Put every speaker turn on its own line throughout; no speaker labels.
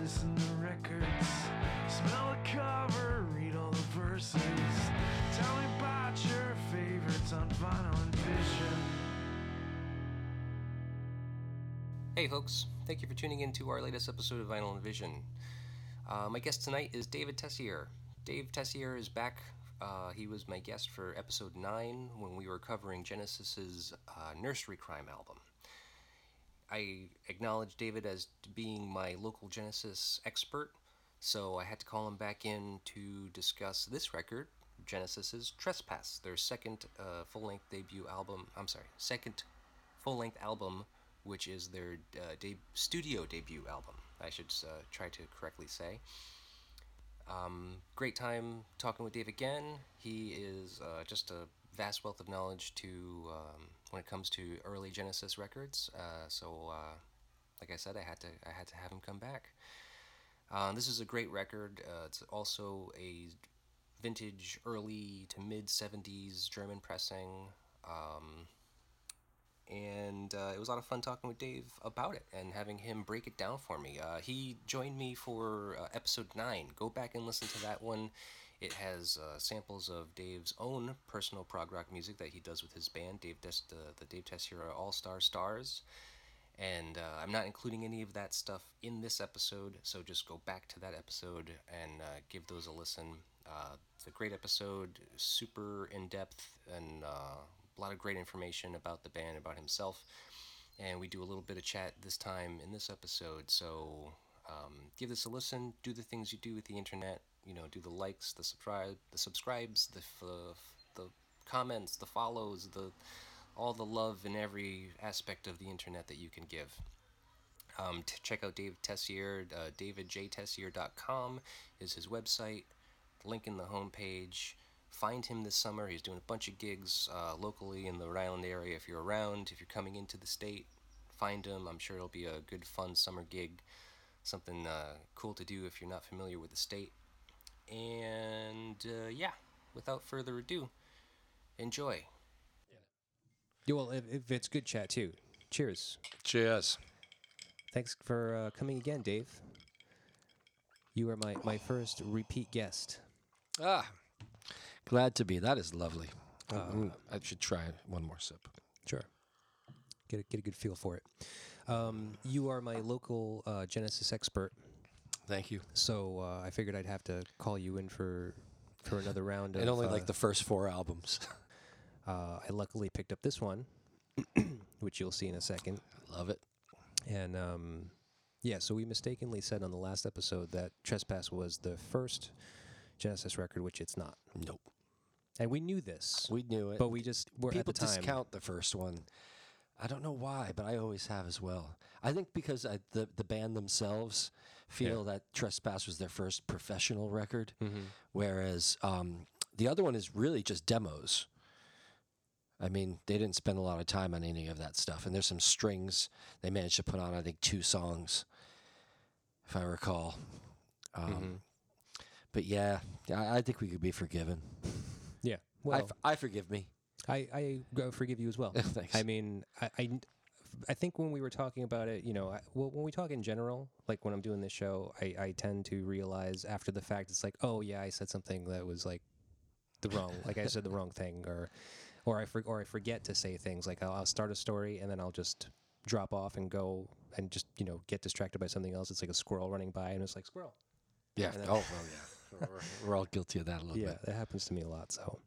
listen to records, smell the cover, read all the verses. Tell me about your favorites on vinyl and vision.
Hey, folks. Thank you for tuning in to our latest episode of Vinyl and Vision. Uh, my guest tonight is David Tessier. Dave Tessier is back. Uh, he was my guest for episode 9 when we were covering Genesis's uh, Nursery Crime album. I acknowledge David as being my local Genesis expert, so I had to call him back in to discuss this record, Genesis's Trespass, their second uh, full-length debut album. I'm sorry, second full-length album, which is their uh, de- studio debut album. I should uh, try to correctly say. Um, great time talking with Dave again. He is uh, just a vast wealth of knowledge to um, when it comes to early Genesis records. Uh, so, uh, like I said, I had to I had to have him come back. Uh, this is a great record. Uh, it's also a vintage, early to mid '70s German pressing. Um, and uh, it was a lot of fun talking with Dave about it and having him break it down for me. Uh, he joined me for uh, episode nine. Go back and listen to that one. It has uh, samples of Dave's own personal prog rock music that he does with his band, Dave Des- the, the Dave Tessier All Star Stars. And uh, I'm not including any of that stuff in this episode, so just go back to that episode and uh, give those a listen. Uh, it's a great episode, super in depth, and uh, a lot of great information about the band, about himself. And we do a little bit of chat this time in this episode, so um, give this a listen. Do the things you do with the internet. You know, do the likes, the subscribe, the subscribes, the f- uh, the comments, the follows, the all the love in every aspect of the internet that you can give. Um, t- check out Dave Tessier, uh, davidjtessier.com is his website. Link in the homepage. Find him this summer. He's doing a bunch of gigs uh, locally in the Rhode Island area. If you're around, if you're coming into the state, find him. I'm sure it'll be a good, fun summer gig. Something uh, cool to do if you're not familiar with the state. And uh, yeah, without further ado, enjoy. Yeah, well, if, if it's good chat too. Cheers.
Cheers.
Thanks for uh, coming again, Dave. You are my, my first repeat guest.
Ah, glad to be. That is lovely. Uh, I should try one more sip.
Sure. Get a, get a good feel for it. Um, you are my local uh, Genesis expert,
Thank you.
so uh, I figured I'd have to call you in for for another round. Of,
And only
uh,
like the first four albums.
uh, I luckily picked up this one, which you'll see in a second.
Love it.
And um, yeah, so we mistakenly said on the last episode that Trespass was the first Genesis record, which it's not,
Nope.
and we knew this.
We knew it.
but we just were
people
at the time.
discount the first one. I don't know why, but I always have as well. I think because I, the the band themselves feel that Trespass was their first professional record,
Mm-hmm.
whereas um, the other one is really just demos. I mean, they didn't spend a lot of time on any of that stuff, and there's some strings they managed to put on. I think two songs, if I recall. Um, But yeah, I, I think we could be forgiven.
Yeah.
I
Well,
f I I forgive me.
I, I go forgive you as well.
Thanks.
I mean, I, I, I think when we were talking about it, you know, I, well, when we talk in general, like when I'm doing this show, I, I tend to realize after the fact, it's like, oh yeah, I said something that was like the wrong, like I said the wrong thing, or, or I for, or I forget to say things. Like I'll, I'll start a story and then I'll just drop off and go and just you know get distracted by something else. It's like a squirrel running by and it's like squirrel.
Yeah. Oh, well, yeah. We're, we're all guilty of that a little
Yeah,
bit.
that happens to me a lot. So,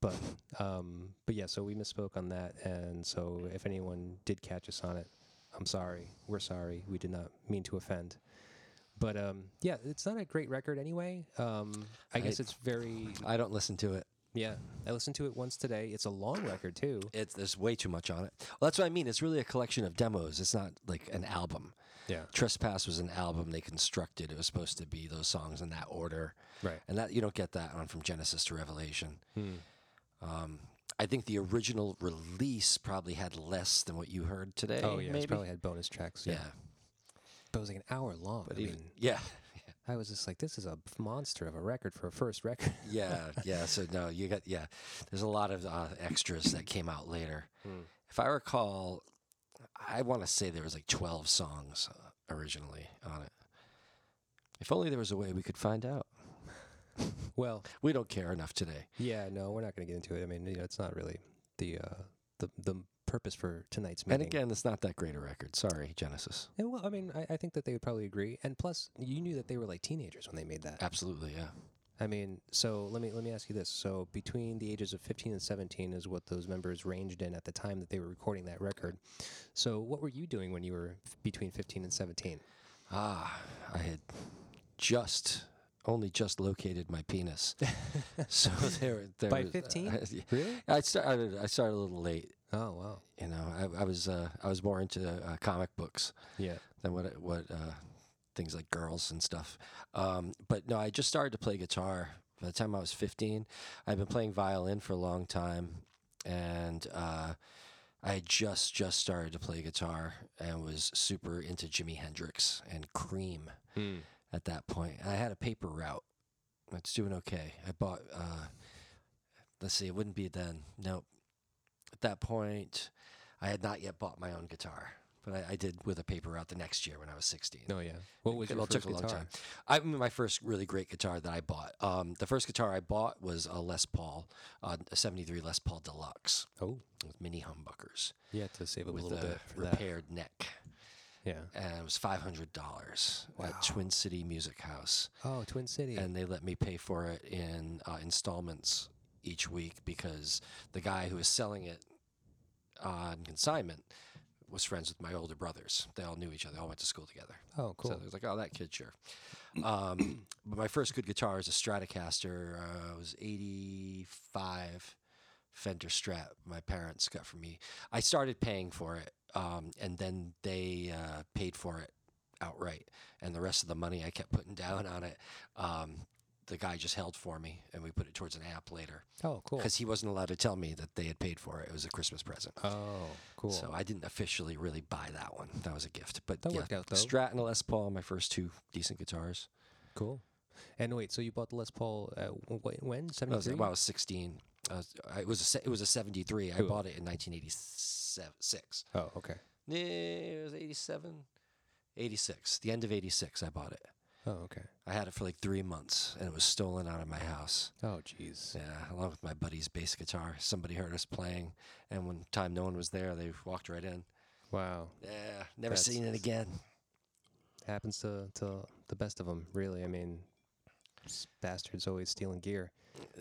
but um, but yeah, so we misspoke on that, and so if anyone did catch us on it, I'm sorry. We're sorry. We did not mean to offend. But um, yeah, it's not a great record anyway. Um, I guess
I-
it's very
I don't listen to it.
yeah. I listened to it once today. It's a long record too.
It's there's way too much on it. Well, that's what I mean. It's really a collection of demos. It's not like an album.
Yeah.
Trespass was an album they constructed. It was supposed to be those songs in that order.
Right.
And that you don't get that on from Genesis to Revelation. Um,
Hmm.
I think the original release probably had less than what you heard today.
Oh yeah,
maybe.
it's probably had bonus tracks.
yeah.
but it was like an hour long. I mean,
Yeah.
I was just like, this is a monster of a record for a first record.
Yeah, yeah. So no, you got yeah. There's a lot of uh, extras that came out later. If I recall, I want to say there was like 12 songs uh, originally on it. If only there was a way we could find out.
Well,
We don't care enough today.
yeah, no, we're not going to get into it. I mean, you know, it's not really the uh, the the purpose for tonight's meeting.
And again, it's not that great a record. Sorry, Genesis.
Yeah, well, I mean, I, I think that they would probably agree. And plus, you knew that they were like teenagers when they made that.
Absolutely, yeah.
I mean, so let me let me ask you this. So between the ages of 15 and 17 is what those members ranged in at the time that they were recording that record. So what were you doing when you were f- between 15 and 17?
Ah, I had just only just located my penis. so there, there
By
was-
15?
I- yeah.
Really?
I started. I started a little late.
Oh, wow.
You know, I, I was uh, I was more into uh, comic books
Yeah.
than what what uh, things like girls and stuff. Um, but no, I just started to play guitar by the time I was 15. I've been playing violin for a long time, and uh, I had just just started to play guitar and was super into Jimi Hendrix and Cream at that point. And I had a paper route. It's doing okay. I bought. Uh, let's see, it wouldn't be then. Nope. At that point, I had not yet bought my own guitar, but I, I did with a paper route the next year when I was sixteen.
No, yeah. What was
It
your
all
first
took a long
guitar?
time. I mean, my first really great guitar that I bought. Um, the first guitar I bought was a Les Paul, uh, a '73 Les Paul Deluxe
Oh,
with mini humbuckers
yeah, to save up a
with
little
a
bit for that.
repaired neck,
Yeah.
and it was five hundred dollars at Twin City Music House.
Oh, Twin City.
and they let me pay for it in uh, installments each week because the guy who was selling it on consignment was friends with my older brothers. They all knew each other. They all went to school together.
oh, cool.
So it was like, oh, that kid, sure. Um, but my first good guitar is a Stratocaster. Uh, it was 85 Fender Strat my parents got for me. I started paying for it, um, and then they uh, paid for it outright. And the rest of the money I kept putting down on it, um, the guy just held for me, and we put it towards an app later
oh, cool.
because he wasn't allowed to tell me that they had paid for it. It was a Christmas present.
Oh, cool.
So I didn't officially really buy that one. That was a gift, but
That
yeah,
worked out, though.
Strat and a Les Paul, my first two decent guitars.
cool. And wait, so you bought the Les Paul uh, wh- when?
That was
73?
when I was sixteen. I was, I- it was a se- it was a seventy three. I
Cool.
bought it in nineteen eighty six.
Oh, okay.
Yeah, it was eighty seven. 86 the end of 86 i bought it
Oh, okay.
i had it for like three months and it was stolen out of my house
Oh, jeez.
yeah along with my buddy's bass guitar somebody heard us playing and one time no one was there they walked right in
Wow.
yeah never
That's-
seen it again
happens to, to the best of them, really. I mean, s- bastards always stealing gear.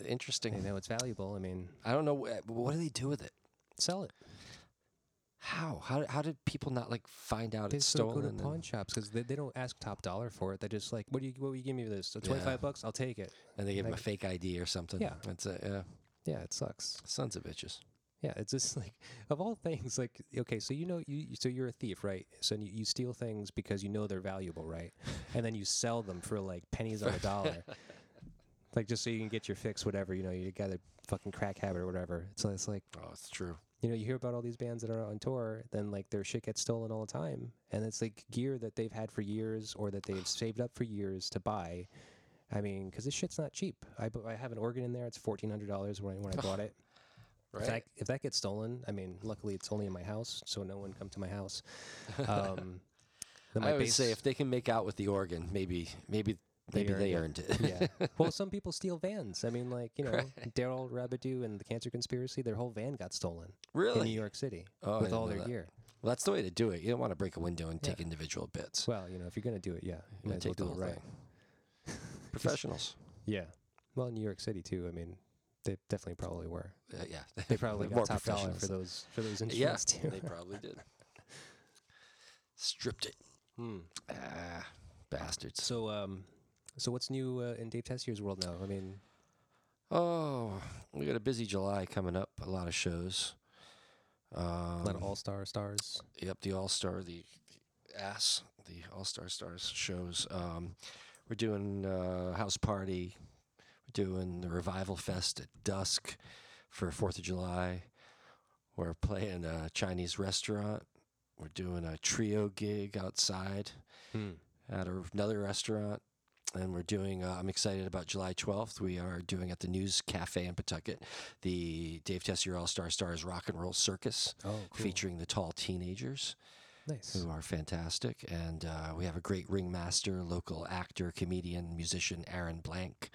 interesting
They know it's valuable. I mean,
I don't know wh- what do they do with it.
sell it.
How how how did people not like find out
They
it's
still
stolen?
go to
and-
pawn shops because they, they don't ask top dollar for it. They're just like, what do you what will you give me for this? So
Yeah.
Twenty five bucks, I'll take it.
and they give them a
like-
fake ID or something.
Yeah.
that's it. Yeah,
Yeah, it sucks.
sons of bitches.
Yeah, it's just like of all things, like okay, so you know you you- so you're a thief, right? So you, you steal things because you know they're valuable, right? And then you sell them for like pennies on a dollar. Like just so you can get your fix, whatever, you know, you got a fucking crack habit or whatever. So it's like
Oh, it's true.
you know, you hear about all these bands that are on tour, then like their shit gets stolen all the time, and it's like gear that they've had for years or that they've saved up for years to buy. I mean, because this shit's not cheap. I, bu- I have an organ in there; it's fourteen hundred dollars when I, when I bought it. If that, if that gets stolen, I mean, luckily it's only in my house, so no one come to my house. Um, then my
I would say
bass-
if they can make out with the organ, maybe maybe
They
maybe they
earned
earned it.
yeah. Well, some people steal vans. I mean, like you know, Daryl Rabideau and the Cancer Conspiracy, their whole van got stolen in
Really?
New York City
Oh, I
with
didn't
all
know
their
that.
gear.
well, that's the way to do it. You don't want to break a window and take individual bits.
Well, you know, if you're gonna do it, yeah, you
You
might as well
take the
do it
whole
right.
thing. Professionals.
Yeah. Well, in New York City too. I mean, they definitely probably were.
Uh, yeah,
They probably got
More
top dollar
professionals.
for those for those
Yeah,
instruments too.
they probably did. Stripped it. Ah, bastards.
Hmm. So, um, so what's new uh, in Dave Tessier's world now? I mean,
Oh, we got a busy July coming up. A lot of shows. Um,
a lot of all star stars.
Yep, the All Star, the, the ass, the All Star Stars shows. Um, we're doing uh, house party. We're doing the revival fest at dusk for Fourth of July. We're playing a Chinese restaurant. We're doing a trio gig outside hmm. at a, another restaurant. And we're doing, uh, I'm excited about July 12th. We are doing at the News Cafe in Pawtucket the Dave Tessier All Star Stars Rock and Roll Circus
Oh,
featuring the tall teenagers.
Nice.
who are fantastic. And uh, we have a great ringmaster, local actor, comedian, musician, Aaron Blank.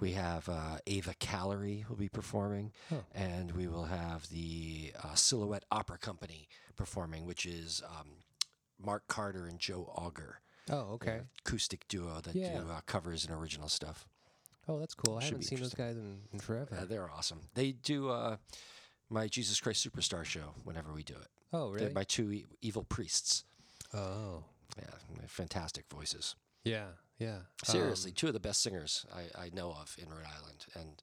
We have uh, Ava Callery will be performing,
Oh.
and we will have the uh, Silhouette Opera Company performing, which is um, Mark Carter and Joe Auger,
Oh,
the
okay.
acoustic duo that
Yeah.
do uh, covers and original stuff.
Oh, that's cool. I
Should
haven't
be
seen those guys in, in forever.
Uh, they're awesome. They do uh, my Jesus Christ Superstar show whenever we do it.
oh,
They're
really?
my two e- evil priests.
oh,
Yeah, they're fantastic voices.
yeah, yeah.
Seriously,
Um,
two of the best singers I, I know of in Rhode Island, and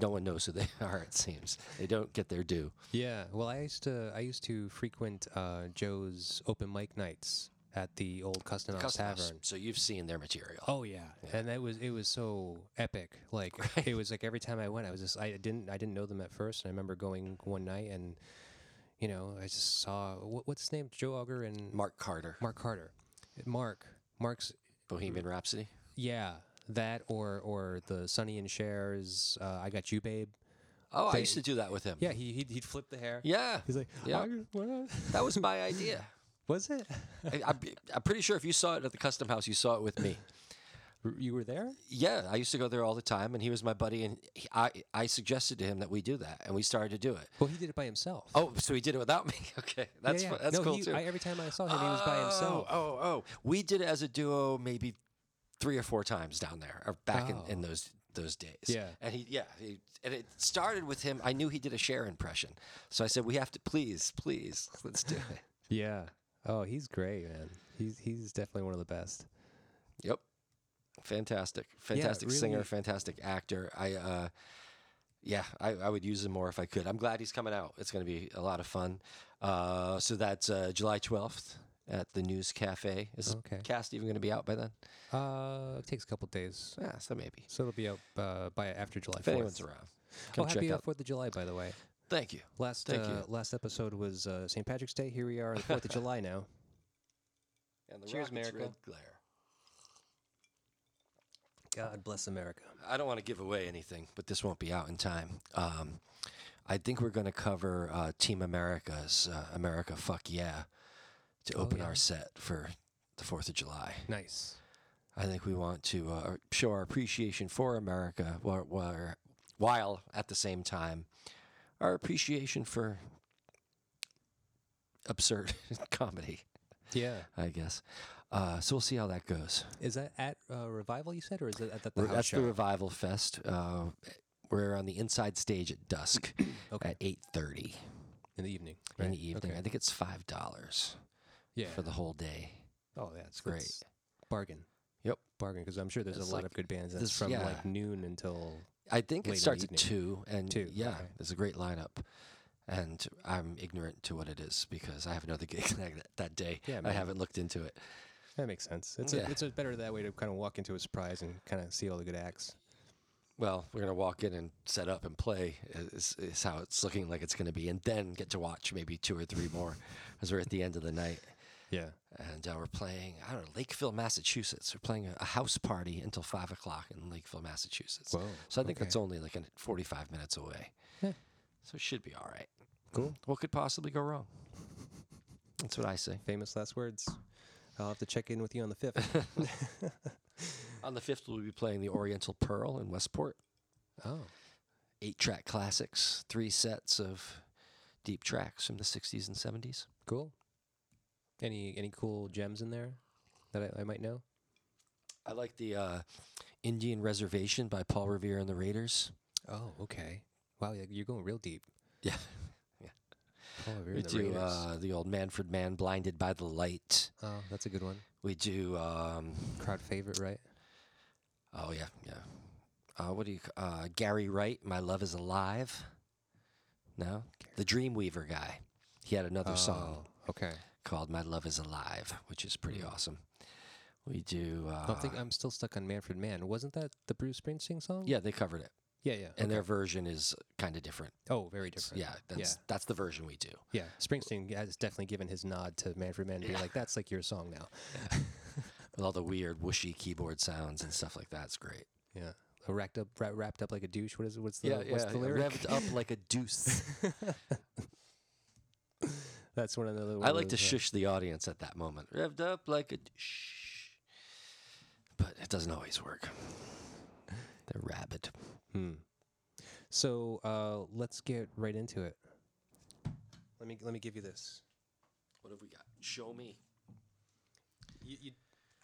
no one knows who they are. It seems they don't get their due.
yeah. Well, I used to I used to frequent uh, Joe's open mic nights at the old Custom House
Custom House,
Tavern.
So you've seen their material.
Oh yeah. and that was it was so epic. Like it was like every time I went, I was just I didn't I didn't know them at first, and I remember going one night and you know I just saw what, what's his name Joe Auger and
Mark Carter,
Mark Carter, Mark Mark's
Bohemian Rhapsody.
yeah that or or the Sonny and Cher's uh, I Got You Babe.
Oh, I
They-
used to do that with him.
Yeah, he he'd, he'd flip the hair.
yeah,
He's like,
Yeah.
"Auger, what?"
that was my idea.
was it?
I, I'm, I'm pretty sure if you saw it at the Custom House, you saw it with me.
you were there?
Yeah, I used to go there all the time, and he was my buddy, and he, I I suggested to him that we do that, and we started to do it.
Well, he did it by himself.
Oh, so he did it without me. Okay,
Yeah,
that's
yeah.
fu- that's
no,
cool
he-
too.
I, every time I saw him, he was by himself.
Oh, oh, oh. We did it as a duo maybe three or four times down there, or back
Oh.
in, in those those days.
Yeah.
And he, yeah, he, and it started with him. I knew he did a share impression, so I said, "We have to, please, please, let's do it."
Yeah. Oh, he's great, man. He's he's definitely one of the best.
Yep. Fantastic, fantastic singer,
really-
fantastic actor. I, uh, yeah, I, I would use him more if I could. I'm glad he's coming out. It's going to be a lot of fun. Uh, so that's uh, July 12th at the News Cafe. Is
Okay.
the cast even going to be out by then?
Uh, it takes a couple days,
Yeah, so maybe.
so it'll be out uh, by after July
If anyone's
fourth.
around,
Oh,
come
happy
check
uh,
out.
Fourth of July, by the way.
Thank you.
Last
Thank
uh,
you.
last episode was uh, St. Patrick's Day. Here we are, on the Fourth of July now.
And the
Cheers,
rocket's
America.
red glare.
God bless America.
I don't want to give away anything, but this won't be out in time. Um, I think we're going to cover uh, Team America's uh, "America Fuck Yeah" to open
yeah.
our set for the Fourth of July.
Nice.
I think we want to uh, show our appreciation for America, while, while, while at the same time our appreciation for absurd comedy,
Yeah.
I guess. Uh, so we'll see how that goes.
Is that at uh, Revival? You said, or is it at the, the
Re-
house
That's
show?
the Revival Fest. Uh, we're on the inside stage at dusk
Okay.
at eight thirty
in the evening.
in
right?
the evening.
Okay.
I think it's five dollars
yeah.
for the whole day.
oh, yeah, it's
great.
it's bargain.
Yep.
Bargain, because I'm sure there's
It's
a lot of
like
good bands. That's
this-
from
yeah.
like noon until
I think
Late in
it
the
starts at
evening.
two, and
Two,
yeah,
okay.
there's a great lineup. And I'm ignorant to what it is because I have another gig that, that day.
Yeah,
I
man.
haven't looked into it.
That makes sense. It's
Yeah.
a, it's a better that way to kind of walk into a surprise and kind of see all the good acts.
Well, we're gonna walk in and set up and play is, is how it's looking like it's gonna be, and then get to watch maybe two or three more as we're at the end of the night.
Yeah.
and uh, we're playing I don't know Lakeville, Massachusetts. We're playing a, a house party until five o'clock in Lakeville, Massachusetts.
Whoa,
so I think that's
okay.
only like an- forty-five minutes away.
Yeah.
So it should be all right.
Cool.
What could possibly go wrong? That's what I say.
Famous last words. I'll have to check in with you on the fifth.
On the fifth, we'll be playing the Oriental Pearl in Westport.
oh,
Eight-track classics, three sets of deep tracks from the '60s and '70s.
cool. Any any cool gems in there that I, I might know?
I like the uh, Indian Reservation by Paul Revere and the Raiders.
Oh, okay. Wow, yeah, you're going real deep.
Yeah.
Oh, we're
We
in the
do
Raiders.
uh, the old Manfred Man, Blinded by the Light.
oh, that's a good one.
We do. Um,
Crowd favorite, right?
oh yeah, yeah. Uh, what do you? c- Uh, Gary Wright, "My Love Is Alive." No, the Dreamweaver guy. He had another
Oh,
song
okay.
called "My Love Is Alive," which is pretty awesome. We do. Uh,
I Hmm. don't think I'm still stuck on Manfred Mann. Wasn't that the Bruce Springsteen song?
yeah, they covered it,
Yeah, yeah.
and their version is kind of different.
oh, very different.
Yeah, that's that's the version we do.
Yeah, Springsteen has definitely given his nod to Manfred Mann to be like, that's like your song now.
With all the weird whooshy keyboard sounds and stuff like that, it's great.
Yeah. Uh, Racked up, ra- wrapped up like a douche. What is what's the what's the lyric?
Revved up like a deuce.
That's one of the. One
I
of
like to
those, uh,
shush the audience at that moment. Revved up like a shh. But it doesn't always work. They're rabid.
Hmm. So uh, let's get right into it. Let me let me give you this.
What have we got? Show me.
You, you,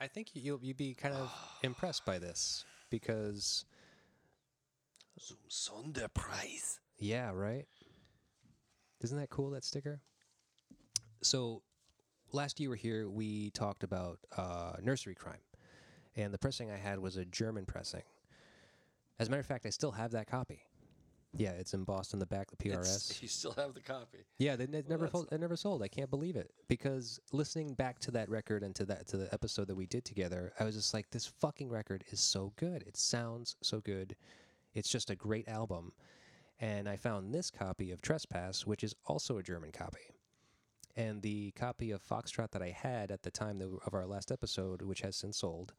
I think you'll you'd be kind of impressed by this because
Zum Sonderpreis.
yeah, right. Isn't that cool that sticker? So last you were here, we talked about uh, nursery crime, and the pressing I had was a German pressing. As a matter of fact, I still have that copy. Yeah, it's embossed on the back of the PRS.
It's- You still have the copy.
Yeah, they ne- never
that's
sold, it never sold. I can't believe it because listening back to that record and to that to the episode that we did together, I was just like, this fucking record is so good. It sounds so good. It's just a great album. And I found this copy of Trespass, which is also a German copy. And the copy of Foxtrot that I had at the time that, of our last episode, which has since sold,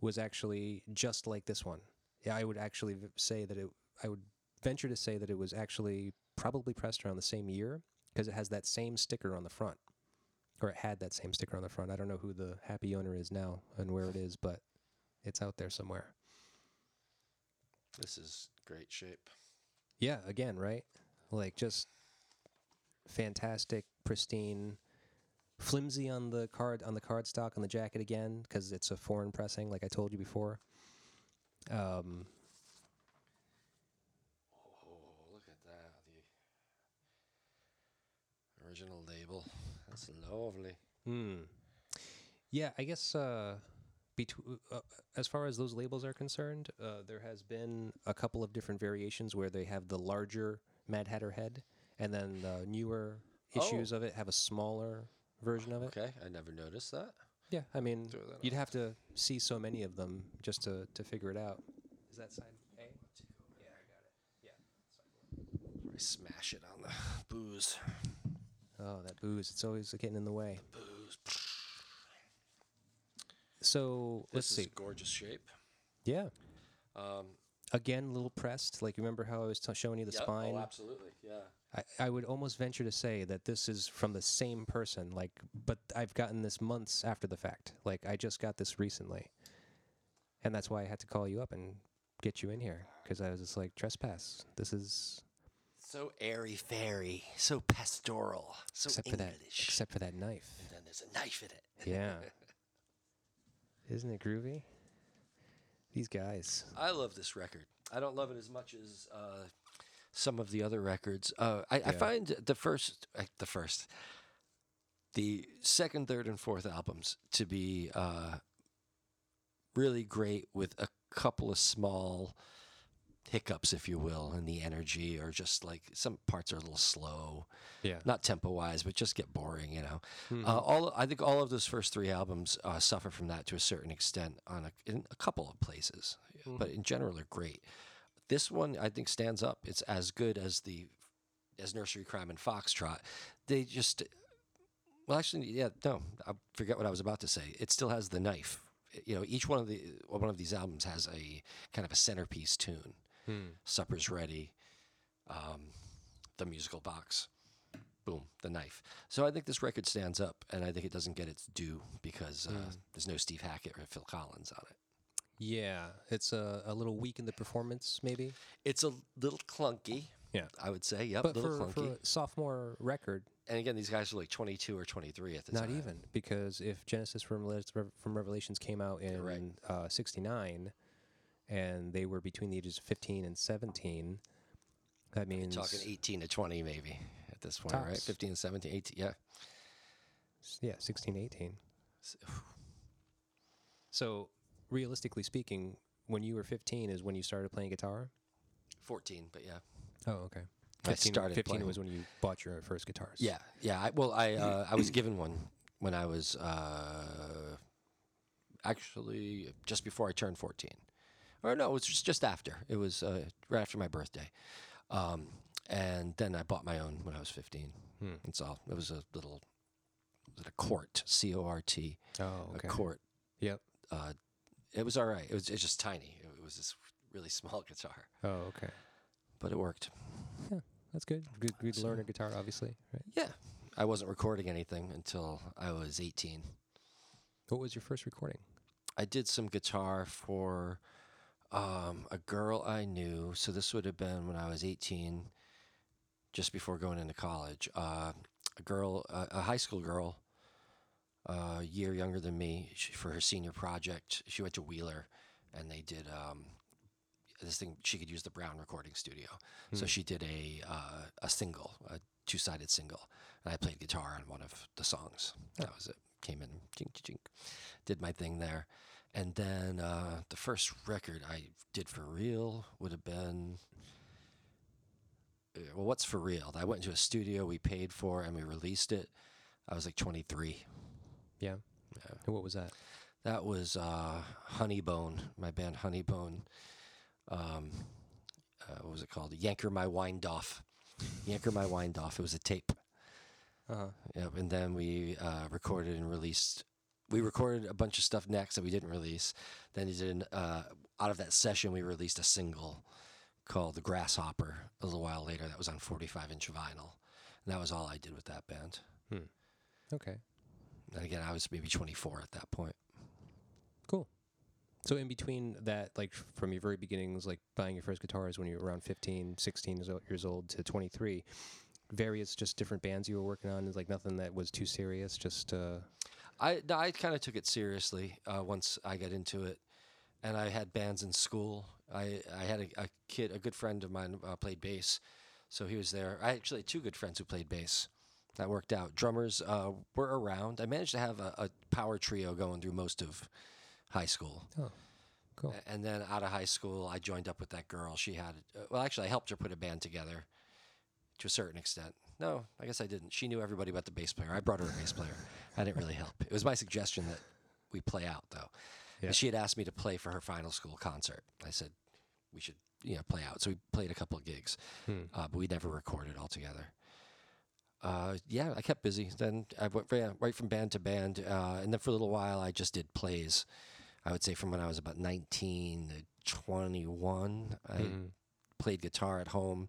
was actually just like this one. Yeah, I would actually v- say that it. I would venture to say that it was actually probably pressed around the same year because it has that same sticker on the front, or it had that same sticker on the front. I don't know who the happy owner is now and where it is, but it's out there somewhere.
This is great shape.
Yeah, again, right? Like just fantastic, pristine, flimsy on the card on the card stock on the jacket again because it's a foreign pressing, like I told you before. Um,
Oh, look at that. The original label. That's lovely.
hmm. Yeah, I guess uh, betw- uh, as far as those labels are concerned, uh, there has been a couple of different variations where they have the larger Mad Hatter head, and then the newer issues of it have a smaller version of it.
Oh. Okay, I never noticed that.
Yeah, I mean,
Throw that
you'd have to see so many of them just to, to figure it out. Is that side A?
Before I smash it on the booze.
Oh, that booze. It's always getting in the way. So
This
let's
is
see.
gorgeous shape.
Yeah.
Um,
Again, little pressed. Like, remember how I was t- showing you the
yeah,
spine?
Oh, absolutely. Yeah.
I, I would almost venture to say that this is from the same person, like, but I've gotten this months after the fact. Like, I just got this recently. And that's why I had to call you up and get you in here because I was just like, trespass. This is,
So airy fairy, so pastoral, so
except for that,
English.
except for that knife.
then there's a knife in it.
Yeah. Isn't it groovy? These guys.
I love this record. I don't love it as much as uh, some of the other records. Uh, I, I find the first, uh, the first, the second, third, and fourth albums to be uh, really great with a couple of small hiccups, if you will, in the energy, or just like some parts are a little slow.
Yeah.
not tempo wise, but just get boring, you know. Uh, all I think all of those first three albums uh, suffer from that to a certain extent on a, in a couple of places, but in general they're great. This one I think stands up. It's as good as the as Nursery Crime and Foxtrot. They just well, actually, yeah, no, I forget what I was about to say. It still has the knife. You know, each one of the one of these albums has a kind of a centerpiece tune. Supper's ready. Um, the musical box boom, the knife. So I think this record stands up, and I think it doesn't get its due because uh,
Mm.
there's no Steve Hackett or Phil Collins on it.
Yeah. It's a, a little weak in the performance, maybe.
It's a little clunky.
Yeah.
I would say. Yep, a
But
little
for,
clunky.
for a sophomore record,
and again, these guys were like 22 or 23 at the
Not
time.
even because if Genesis from Rev- Rev- from Revelations came out in
right.
uh, '69, and they were between the ages of 15 and 17, that means
Talking 18 to 20 maybe at this point, right?
Tops.
15 and 17, 18, yeah.
s- yeah, 16, 18. So realistically speaking, when you were 15 is when you started playing guitar.
14, but yeah.
Oh, okay.
I
15,
started
15
playing.
was when you bought your first guitars.
Yeah, yeah. I, well, I uh, I was given one when I was uh, actually just before I turned fourteen, or no, it was just, just after. It was uh, right after my birthday, um, and then I bought my own when I was fifteen.
Hmm.
It's all. It was a little, was it a court, C O R T,
Oh, okay.
a court.
Yep.
Uh, it was all right. It was it's just tiny. It, was this really small guitar,
Oh, okay.
but it worked.
That's good. Good, good learner guitar, obviously. Right.
Yeah, I wasn't recording anything until I was 18.
What was your first recording?
I did some guitar for um, a girl I knew. So this would have been when I was 18, just before going into college. Uh, a girl, uh, a high school girl, uh, a year younger than me, she, for her senior project, she went to Wheeler, and they did um, this thing. She could use the Brown Recording Studio, so she did a uh, a single, a two sided single, and I played guitar on one of the songs. That was it. Came in, jink, jink, did my thing there. And then uh, the first record I did for real would have been. uh, Well, what's for real? I went into a studio we paid for and we released it. I was like 23.
Yeah.
Uh,
And what was that?
That was uh, Honeybone, my band Honeybone. Um, uh, what was it called? Yanker My Wind Off. Yanker My Wind Off. It was a tape.
Uh-huh.
Yep, and then we uh, recorded and released. We recorded a bunch of stuff next that we didn't release. Then we did an, uh, out of that session, we released a single called "The Grasshopper." A little while later, that was on 45-inch vinyl, and that was all I did with that band.
Okay.
And again, I was maybe 24 at that point.
Cool. So in between that, like f- from your very beginnings, like buying your first guitars when you were around 15, 16 years o- years old to 23, various just different bands you were working on, is like nothing that was too serious, just uh,
I no, I kind of took it seriously uh, once I got into it, and I had bands in school. I I had a, a kid, a good friend of mine uh, played bass, so he was there. I actually had two good friends who played bass. That worked out. Drummers uh, were around. I managed to have a, a power trio going through most of high school.
Oh, cool.
A- And then out of high school, I joined up with that girl. She had, uh, well, actually, I helped her put a band together to a certain extent. No, I guess I didn't. She knew everybody but the bass player. I brought her a bass player. I didn't really help. It was my suggestion that we play out, though.
Yeah.
And she had asked me to play for her final school concert. I said we should, you know, play out. So we played a couple of gigs, uh, but we never recorded altogether. Uh, yeah, I kept busy. Then I went yeah, right from band to band, uh, and then for a little while, I just did plays. I would say from when I was about 19 to 21, I
Hmm. Mm-hmm.
played guitar at home,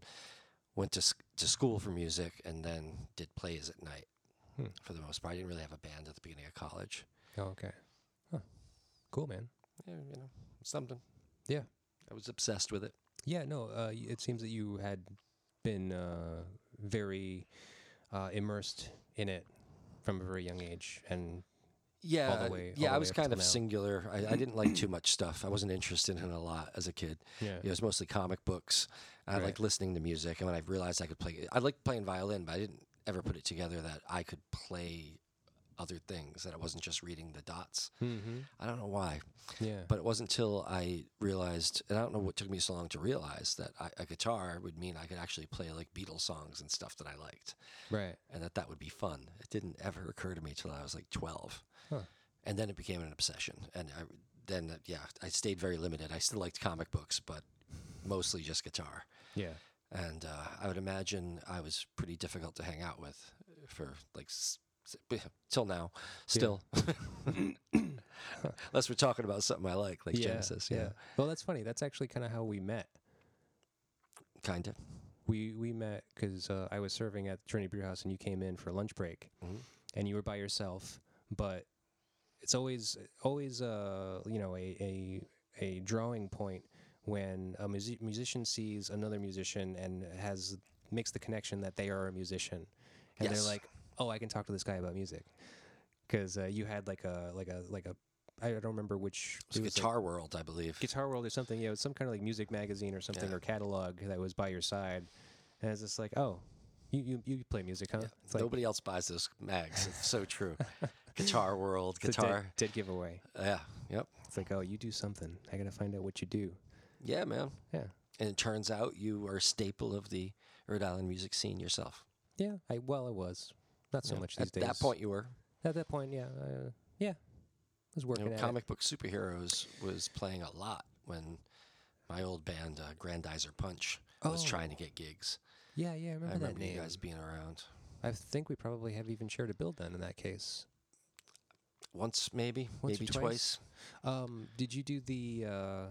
went to, sc- to school for music, and then did plays at night
Hmm.
for the most part. I didn't really have a band at the beginning of college.
oh, okay, huh. cool, man.
Yeah, you know, something.
Yeah,
I was obsessed with it.
yeah. No, uh, y- it seems that you had been uh, very uh, immersed in it from a very young age, and way-
Yeah, yeah.
all the
I
way
was
up
kind
till
of
now.
singular. I, I didn't like too much stuff. I wasn't interested in a lot as a kid.
Yeah.
it was mostly comic books. And I
Right.
liked listening to music, and when I realized I could play, I liked playing violin, but I didn't ever put it together that I could play other things. That I wasn't just reading the dots.
mm-hmm.
I don't know why,
yeah,
but it wasn't until I realized, and I don't know what took me so long to realize that I, a guitar would mean I could actually play like Beatles songs and stuff that I liked
right.
and that that would be fun. It didn't ever occur to me till I was like 12.
Huh.
And then it became an obsession. And I, then, uh, yeah, I stayed very limited. I still liked comic books, but mostly just guitar.
Yeah,
And uh, I would imagine I was pretty difficult to hang out with for like s- s- till now, still. Unless we're talking about something I like, like Genesis. Yeah.
Well, that's funny. That's actually kind of how we met.
Kind of.
we we met because uh, I was serving at Trinity Brew House and you came in for lunch break,
Mm-hmm.
and you were by yourself. But it's always always uh you know a a, a drawing point when a musi- musician sees another musician and has makes the connection that they are a musician, and
Yes.
they're like, oh, I can talk to this guy about music, because uh, you had like a like a like a I don't remember which
It was
it was, like,
Guitar World, I believe.
Guitar World or something. Yeah, it was some kind of like music magazine or something
Yeah.
or catalog that was by your side. And it's just like, oh, you you, you play music, huh? It's like
Nobody else buys those mags. It's so true. Guitar World,
it's a dead-
guitar.
dead giveaway.
Yeah. Yep.
It's like, oh, you do something. I gotta find out what you do.
Yeah, man.
Yeah,
And it turns out you are a staple of the Rhode Island music scene yourself.
yeah. I well, I was not so
Yeah.
much these
At
days.
that point, you were.
at that point, yeah, uh, yeah, I was
You
working
know,
at it.
comic book superheroes was playing a lot when my old band, uh, Grandizer Punch, was
Oh.
trying to get gigs.
Yeah, yeah, I remember,
I remember
that name.
you guys being around
I think we probably have even shared a build then in that case.
once, maybe,
Once or
maybe
twice?
twice.
Um, did you do the uh,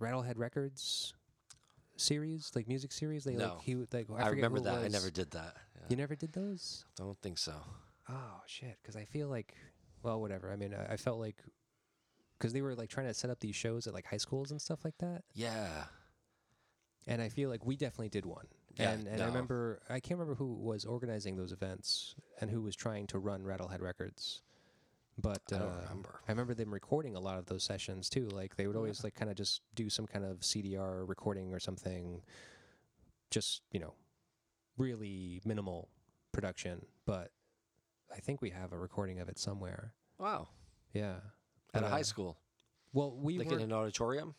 Rattlehead Records series, like music series? They
No.
like he would- like I,
I,
forget
remember
who it
that. I
was.
never did that. Yeah.
You never did those?
Don't think so.
Oh shit! Because I feel like, well, whatever. I mean, I, I felt like, because they were like trying to set up these shows at like high schools and stuff like that,
Yeah.
and I feel like we definitely did one.
Yeah,
and and
no.
I remember I can't remember who was organizing those events and who was trying to run Rattlehead Records, but
I don't
uh,
remember.
I remember them recording a lot of those sessions too. Like they would always like kind of just do some kind of CDR recording or something, just you know, really minimal production. But I think we have a recording of it somewhere.
Wow.
Yeah.
At
But,
a
uh,
high school,
Well, we
like
were.
in an auditorium.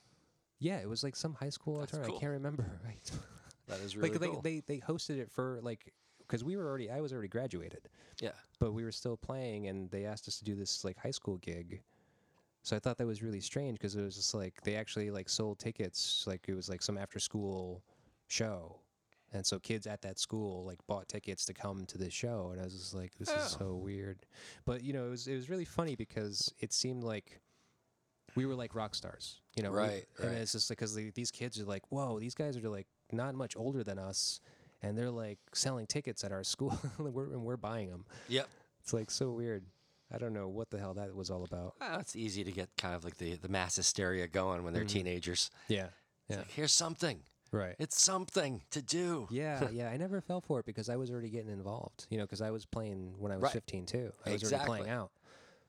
yeah, it was like some high school
That's
auditorium.
cool.
I can't remember. Right.
That is really
like
cool.
they, they they hosted it for like because we were already I was already graduated,
yeah.
but we were still playing, and they asked us to do this like high school gig. So I thought that was really strange because it was just like they actually like sold tickets like it was like some after school show. And so kids at that school like bought tickets to come to this show, and I was just like, "This is so weird," but you know, it was it was really funny because it seemed like we were like rock stars, you know, we-
Right,
And
right.
it's just because these kids are like, "Whoa, these guys are like not much older than us," and they're like selling tickets at our school, and we're, and we're buying them.
Yep.
It's like so weird. I don't know what the hell that was all about.
Well, it's easy to get kind of like the, the mass hysteria going when they're teenagers.
Yeah,
It's
Mm-hmm. Yeah.
like, here's something.
right.
It's something to do.
Yeah, yeah. I never fell for it because I was already getting involved. You know, because I was playing when I was
Right.
15 too. I was already
Exactly.
playing out.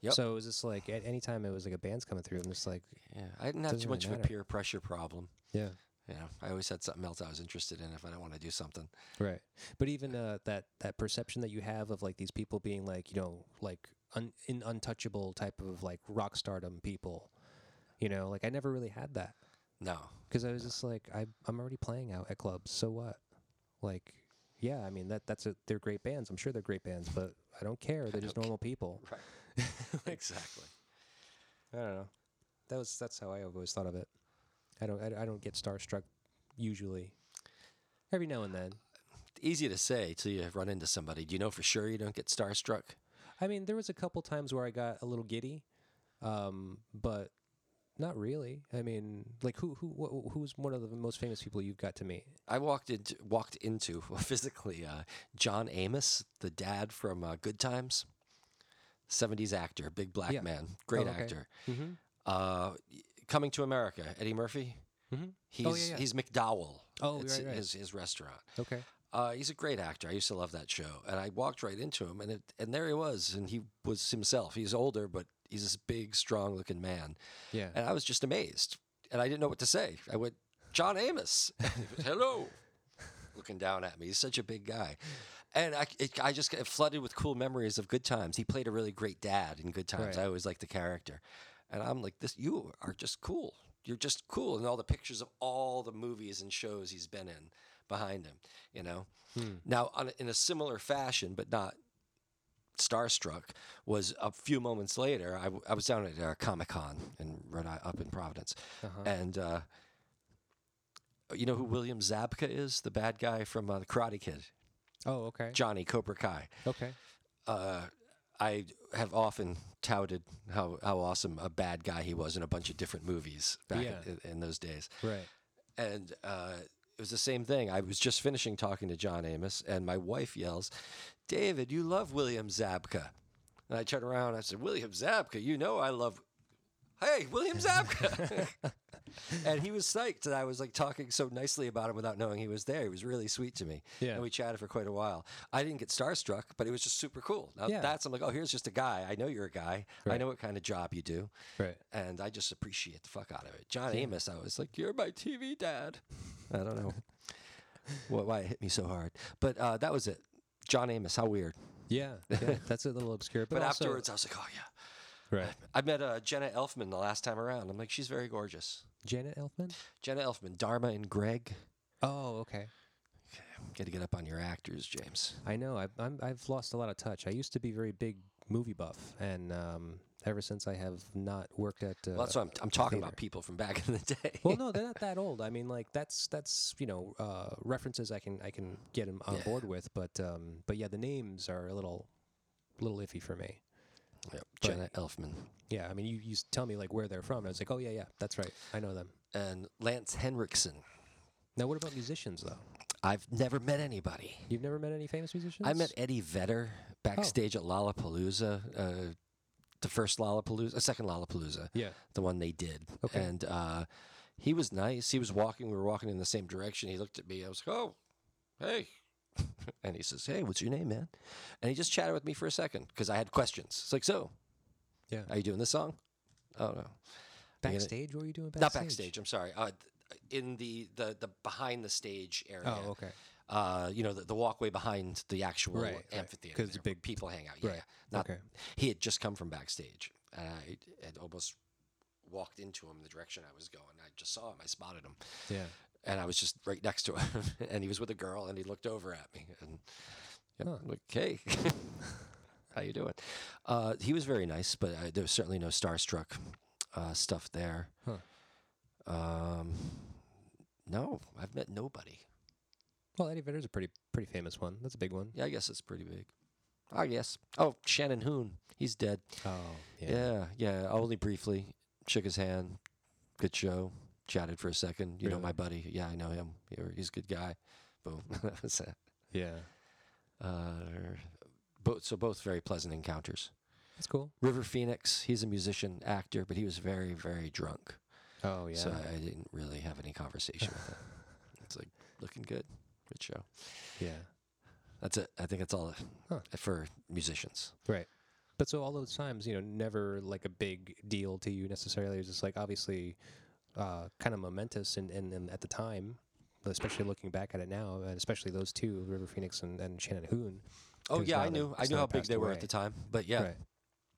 Yep.
So it was just like at any time it was like a band's coming through. I'm just like,
Yeah. I didn't have
Doesn't
too
really
much of a
matter.
peer pressure problem.
yeah,
You know, I always had something else I was interested in if I didn't want to do something.
right. But even uh, that that perception that you have of like these people being like you know like un- in untouchable type of like rock stardom people, you know, like I never really had that
No.
because I was just like I I'm already playing out at clubs. So what? Like. Yeah, I mean that that's a, they're great bands. I'm sure they're great bands, but I don't care. They're just normal people.
exactly.
I don't know. That was that's how I always thought of it. I don't I, I don't get starstruck usually. Every now and then.
Easy to say till you run into somebody. Do you know for sure you don't get starstruck?
I mean, there was a couple times where I got a little giddy, um, but not really. I mean, like who who wh- who's one of the most famous people you've got to meet?
I walked into walked into physically uh, John Amos, the dad from uh, Good Times, seventies actor, big black
Yeah.
man, great
okay.
actor.
Mm-hmm.
Uh, Coming to America, Eddie Murphy.
Mhm.
He's
yeah, yeah.
he's McDowell.
Oh,
it's
right, right.
his his restaurant.
Okay.
Uh, he's a great actor. I used to love that show, and I walked right into him, and it, and there he was, and he was himself. He's older, but he's this big, strong-looking man,
Yeah.
and I was just amazed, and I didn't know what to say. I went, John Amos, And he was, hello, looking down at me. He's such a big guy, and I it, I just got flooded with cool memories of good times. He played a really great dad in Good Times.
Right.
I always liked the character, and I'm like, this you are just cool. You're just cool, and all the pictures of all the movies and shows he's been in behind him, you know. Now, on, a- in a similar fashion, but not starstruck, was a few moments later. I, w- I was down at uh, Comic Con in Rhode Island, up in Providence, and uh, you know who William Zabka is, the bad guy from uh, The Karate Kid,
Oh, okay.
Johnny Cobra Kai.
Okay.
Uh, I have often touted how, how awesome a bad guy he was in a bunch of different movies back
Yeah.
in, in those days
Right.
and uh, it was the same thing. I was just finishing talking to John Amos, and my wife yells, "David, you love William Zabka." And I turn around. I said, "William Zabka, you know I love." Hey, William Zabka. and he was psyched that I was like talking so nicely about him without knowing he was there. He was really sweet to me.
Yeah.
And we chatted for quite a while. I didn't get starstruck, but it was just super cool. Now
Yeah.
that's I'm like, oh, here's just a guy. I know you're a guy. I
Right.
know what kind of job you do
Right.
and I just appreciate the fuck out of it. John Amos, I was like, "You're my TV dad." I don't know why, why it hit me so hard, but uh, that was it. John Amos, how weird.
Yeah. yeah that's a little obscure, but,
But,
also-
afterwards, I was like, "Oh yeah."
right.
I met uh, Jenna Elfman the last time around. I'm like, she's very gorgeous.
Janet Elfman.
Jenna Elfman, Dharma and Greg.
Oh, okay.
Got to get up on your actors, James.
I know. I've, I'm, I've lost a lot of touch. I used to be very big movie buff, and um, ever since I have not worked at. Uh,
Well, that's what I'm, I'm talking about.
theater.
People from back in the day.
well, no, they're not that old. I mean, like that's that's you know uh, references I can I can get 'em on
Yeah.
board with, but um, but yeah, the names are a little little iffy for me.
Yep,
but-
Jenna Elfman
Yeah, I mean, you you s- tell me like where they're from, and I was like, oh yeah, yeah, that's right, I know them.
and Lance Henriksen.
Now, what about musicians though?
I've never met anybody.
You've never met any famous musicians?
I met Eddie Vedder backstage
Oh.
at Lollapalooza, uh, the first Lollapalooza, the second Lollapalooza,
Yeah.
the one they did.
Okay.
And uh, he was nice. He was walking. We were walking in the same direction. He looked at me. I was like, oh, hey. and he says, hey, what's your name, man? And he just chatted with me for a second because I had questions. It's like, so,
Yeah.
are you doing this song? Oh, no. I'm gonna-
Backstage? What were you doing backstage?
Not backstage. I'm sorry. Uh, th- in the, the, the behind the stage area
Oh, okay.
uh, you know, the, the walkway behind the actual
Right, right.
amphitheater
'Cause the
there where
big-
people hang out. Yeah,
right,
yeah. Not,
okay.
He had just come from backstage, and I had almost walked into him in the direction I was going. I just saw him. I spotted him,
Yeah.
and I was just right next to him, and he was with a girl, and he looked over at me, and yeah,
Huh.
I'm like, hey, how you doing? Uh, he was very nice, but I, there was certainly no starstruck uh, stuff there.
Huh.
Um, no, I've met nobody.
Well, Eddie Vedder's a pretty pretty famous one. That's a big one.
Yeah, I guess it's pretty big. I guess. Oh, Shannon Hoon. He's dead.
Oh,
Yeah, yeah. only briefly. Shook his hand. Good show. Chatted for a second. You know
Really?
my buddy. Yeah, I know him. Yeah, He's a good guy. Boom. that was it.
Yeah.
Uh, both, so both very pleasant encounters.
That's cool.
River Phoenix. He's a musician, actor, but he was very, very drunk.
Oh, yeah.
So I didn't really have any conversation with him. It's like looking good. Good show.
yeah.
That's it. I think that's all
Huh.
for musicians.
Right. But so all those times, you know, never like a big deal to you necessarily. It was just like obviously uh, kind of momentous and, and, and at the time, especially looking back at it now, and especially those two, River Phoenix and, and Shannon Hoon.
Oh
'Cause
yeah,
now
I
they-
knew. I
it's
knew
now
how big
passed
they were
away.
at the time. But yeah,
Right.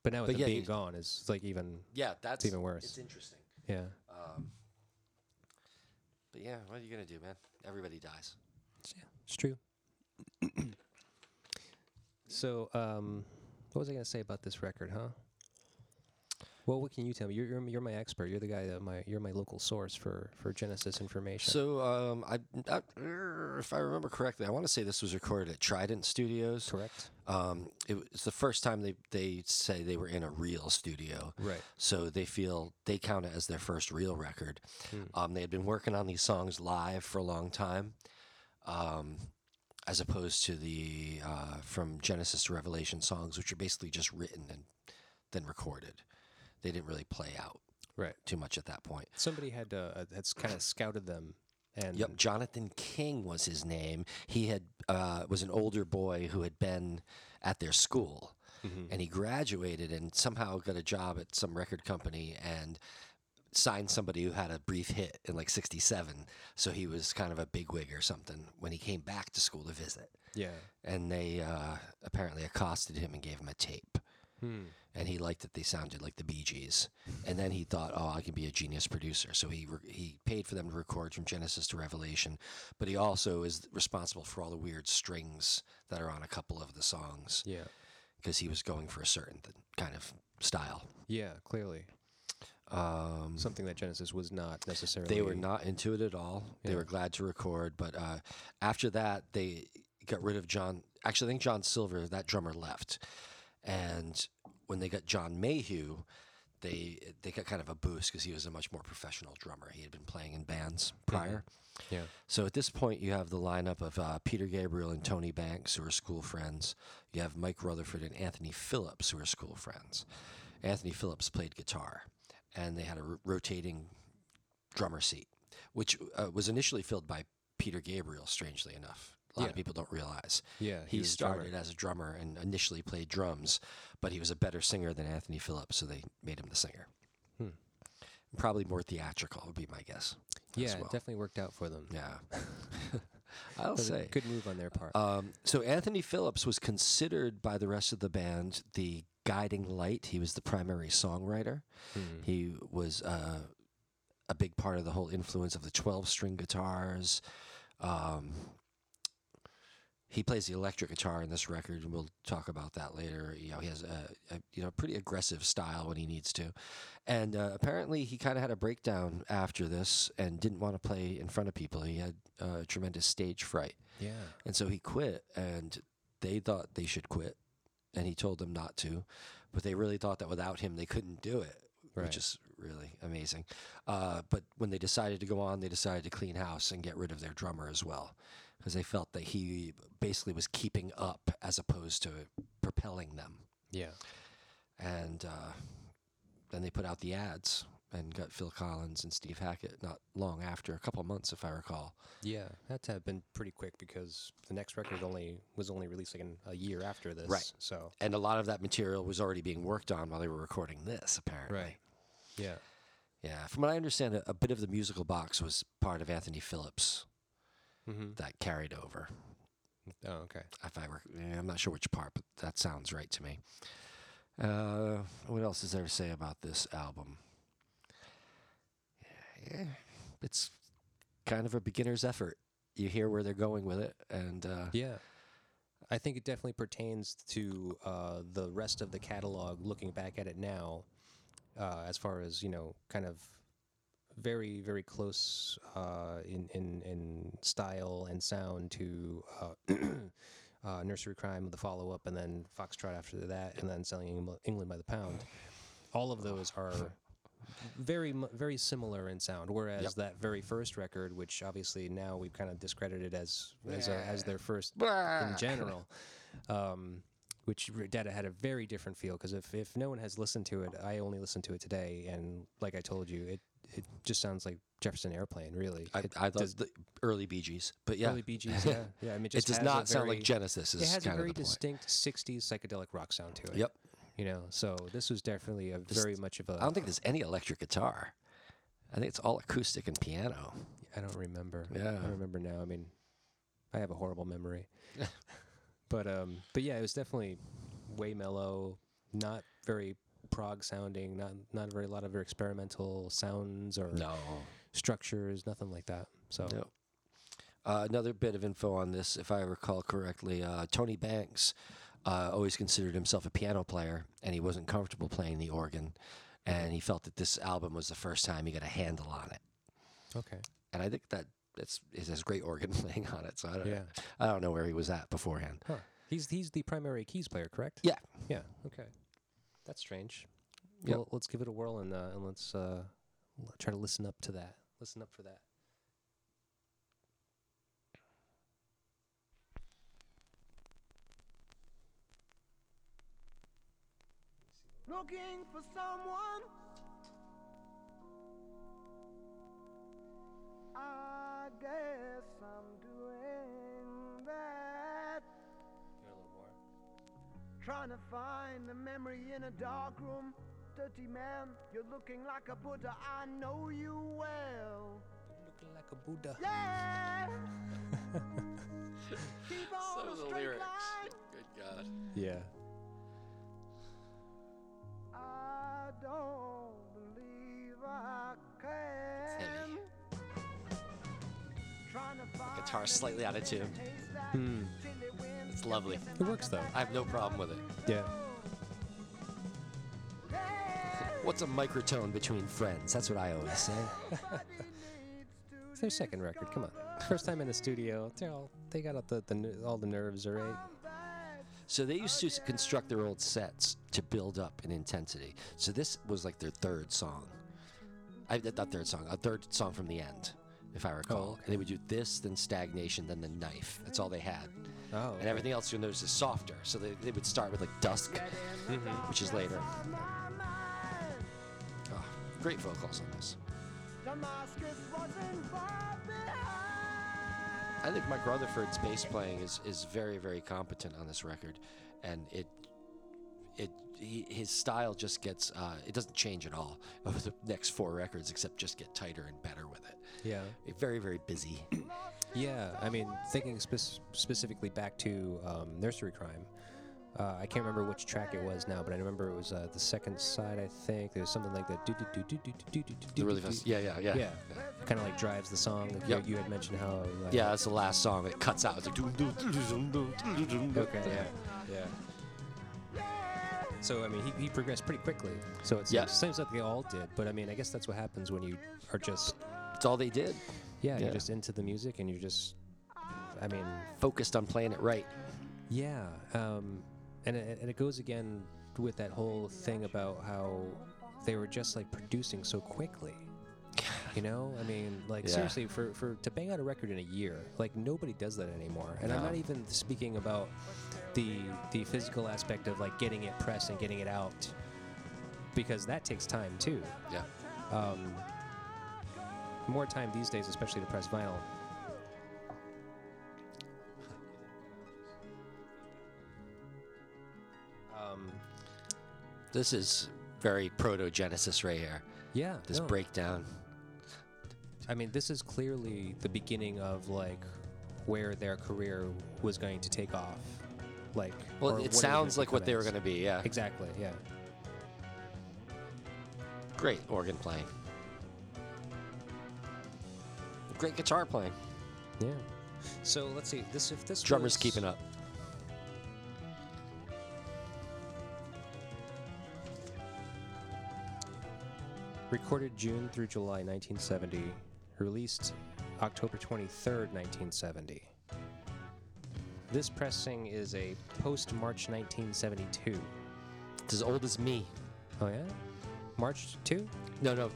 But now with
But
them
yeah,
being
you-
gone, it's like even,
yeah, that's
even worse.
It's interesting.
yeah.
Um, but yeah, what are you gonna do, man? Everybody dies.
It's true. so, um, what was I going to say about this record, huh? Well, what can you tell me? You're, you're, you're my expert. You're the guy that my you're my local source for, for Genesis information.
So um, I, I, er, if I remember correctly, I want to say this was recorded at Trident Studios.
correct.
Um, it was the first time they they say they were in a real studio.
Right.
So they feel they count it as their first real record. Um, they had been working on these songs live for a long time, um, as opposed to the uh, from Genesis to Revelation songs, which are basically just written and then recorded. They didn't really play out
Right.
too much at that point.
Somebody had uh, had kind of scouted them, and
Yep, Jonathan King was his name. He had uh, was an older boy who had been at their school,
Mm-hmm.
and he graduated and somehow got a job at some record company and signed somebody who had a brief hit in like '67. So he was kind of a bigwig or something when he came back to school to visit,
yeah,
and they uh, apparently accosted him and gave him a tape.
hmm.
And he liked that they sounded like the Bee Gees, and then he thought, "Oh, I can be a genius producer." So he re- he paid for them to record from Genesis to Revelation, but he also is responsible for all the weird strings that are on a couple of the songs
yeah,
because he was going for a certain th- kind of style.
yeah. Clearly,
Um,
something that Genesis was not necessarily.
They were not into it at all. They
Yeah.
were glad to record, but uh, after that, they got rid of John. Actually, I think John Silver, that drummer, left, and when they got John Mayhew, they they got kind of a boost because he was a much more professional drummer. He had been playing in bands prior.
Yeah,
So at this point, you have the lineup of uh, Peter Gabriel and Tony Banks, who are school friends. You have Mike Rutherford and Anthony Phillips, who are school friends. Anthony Phillips played guitar, and they had a ro- rotating drummer seat, which uh, was initially filled by Peter Gabriel, strangely enough. A lot
Yeah.
of people don't realize.
yeah.
He,
was a drummer.
started as a drummer and initially played drums, but he was a better singer than Anthony Phillips, so they made him the singer.
Hmm.
Probably more theatrical, would be my guess.
Yeah,
as
it
well.
definitely worked out for them.
Yeah. I'll
That was a
say.
good move on their part.
Um, so Anthony Phillips was considered by the rest of the band the guiding light. He was the primary songwriter.
Hmm.
He was uh, a big part of the whole influence of the 12 string guitars. Um, he plays the electric guitar in this record, and we'll talk about that later. You know, he has a, a you know pretty aggressive style when he needs to, and uh, apparently he kind of had a breakdown after this and didn't want to play in front of people. He had uh, tremendous stage fright.
yeah,
And so he quit, and they thought they should quit, and he told them not to, but they really thought that without him they couldn't do it,
Right.
which is really amazing. Uh, but when they decided to go on, they decided to clean house and get rid of their drummer as well, because they felt that he basically was keeping up as opposed to propelling them.
Yeah.
And uh, then they put out the ads and got Phil Collins and Steve Hackett not long after, a couple of months, if I recall.
Yeah, had to have been pretty quick because the next record only was only released like in a year after this.
Right.
So.
And a lot of that material was already being worked on while they were recording this, apparently.
Yeah.
Yeah. From what I understand, a, a bit of the musical box was part of Anthony Phillips
Mm-hmm.
that carried over.
Oh, okay.
if I were, eh, I'm not sure which part, but that sounds right to me. Uh, what else is there to say about this album? Yeah, it's kind of a beginner's effort. You hear where they're going with it, and uh,
Yeah. I think it definitely pertains to uh, the rest of the catalog looking back at it now, uh, as far as, you know, kind of very, very close uh, in, in, in style and sound to uh, uh, Nursery Crime, the follow up, and then Foxtrot after that, and then Selling Engl- England by the Pound. All of those are very mu- very similar in sound whereas
Yep.
that very first record which obviously now we've kind of discredited as as, a, as their first in general um which re- data had a very different feel because if, if no one has listened to it i only listened to it today and like i told you it it just sounds like jefferson airplane really
I,
it,
I thought
does-
the early Bee Gees, but Uh, yeah,
early Bee Gees, yeah yeah i mean it,
it
just
does
has
not
a
sound like
very-
Genesis. Is
it has a
kind
very
of the point.
distinct 60s psychedelic rock sound to it
Yep,
you know so this was definitely a very much of a
I don't think there's any electric guitar. I think it's all acoustic and piano.
I don't remember.
Yeah.
I remember now. I mean, I have a horrible memory. but um, but yeah, it was definitely way mellow, not very prog sounding, not not very lot of experimental sounds or
No,
structures, nothing like that. So
Yep. Uh, another bit of info on this, if I recall correctly, uh, Tony Banks uh, always considered himself a piano player, and he wasn't comfortable playing the organ, and he felt that this album was the first time he got a handle on it,
okay,
and I think that that's it has great organ playing on it. So I don't,
yeah,
I don't know where he was at beforehand.
huh. He's he's the primary keys player, correct?
Yeah.
Yeah. Okay. That's strange.
Yep.
Well, let's give it a whirl and uh, and let's uh, l- try to listen up to that. Listen up for that.
Looking for someone. I guess I'm doing that. Trying to find the memory in a dark room. Dirty man, you're looking like a Buddha. I know you well.
Looking like a Buddha.
Yeah. Keep on a straight line.
Good God.
Yeah.
I don't believe I can. Trying to find
Guitar slightly out of tune.
Hmm.
It's lovely.
It works though.
I have no problem with it.
Yeah.
What's a microtone between friends? That's what I always say.
It's their second record. Come on. First time in the studio. They're all they got all the, the ner- all the nerves are right.
So they used to s- construct their old sets to build up in intensity. So this was like their third song. I th- not third song, a third song from the end, if
Oh,
I recall. And they would do this, then stagnation, then the knife. That's all they had.
Oh.
And everything else you notice is softer. So they, they would start with like dusk,
Mm-hmm.
which is later. Oh, great vocals on this.
Damascus wasn't far behind.
I think Mike Rutherford's bass playing is, is very very competent on this record, and it it he, his style just gets uh, it doesn't change at all over the next four records except just get tighter and better with it.
Yeah.
It- very very busy.
Yeah. I mean, thinking spec- specifically back to um, Nursery Crime. Uh, I can't remember which track it was now, but I remember it was uh, the second side. I think there was something like that. Do do do do do do do do.
It really fast. Yeah yeah yeah.
Yeah. Kind of like drives the song. Like you-
Yep.
you, had mentioned how. Uh,
Yeah, that's the last song. It cuts out. It's like doom, doom, doom, doom, doom, doom, doom, doom.
Okay. Yeah. Yeah. So I mean, he, he progressed pretty quickly. So it's
Yeah.
yeah. seems like they all did. But I mean, I guess that's what happens when you are just
It's all they did.
yeah,
Yeah.
you're just into the music and you're just I mean
Focused on playing it right.
yeah, um, and it, and it goes again with that whole thing about how they were just like producing so quickly. You know, I mean, like
Yeah.
seriously, for, for to bang out a record in a year, like nobody does that anymore. And I'm
No.
not even speaking about the the physical aspect of like getting it pressed and getting it out, because that takes time too.
Yeah.
Um, more time these days, especially to press vinyl. Um,
This is very proto Genesis right here.
yeah,
This
no.
breakdown.
I mean, this is clearly the beginning of like where their career was going to take off. Like, or
Well,
what
it
was
sounds
gonna
like what they were
become
going to be. Yeah.
as. Exactly. Yeah.
Great organ playing. Great guitar playing.
Yeah. So let's see. This if this
Drummer's
was-
keeping up.
Recorded June through July 1970. Released October 23rd, 1970. This pressing is a post March 1972.
It's as old as me.
Oh, yeah? March 2?
No, no.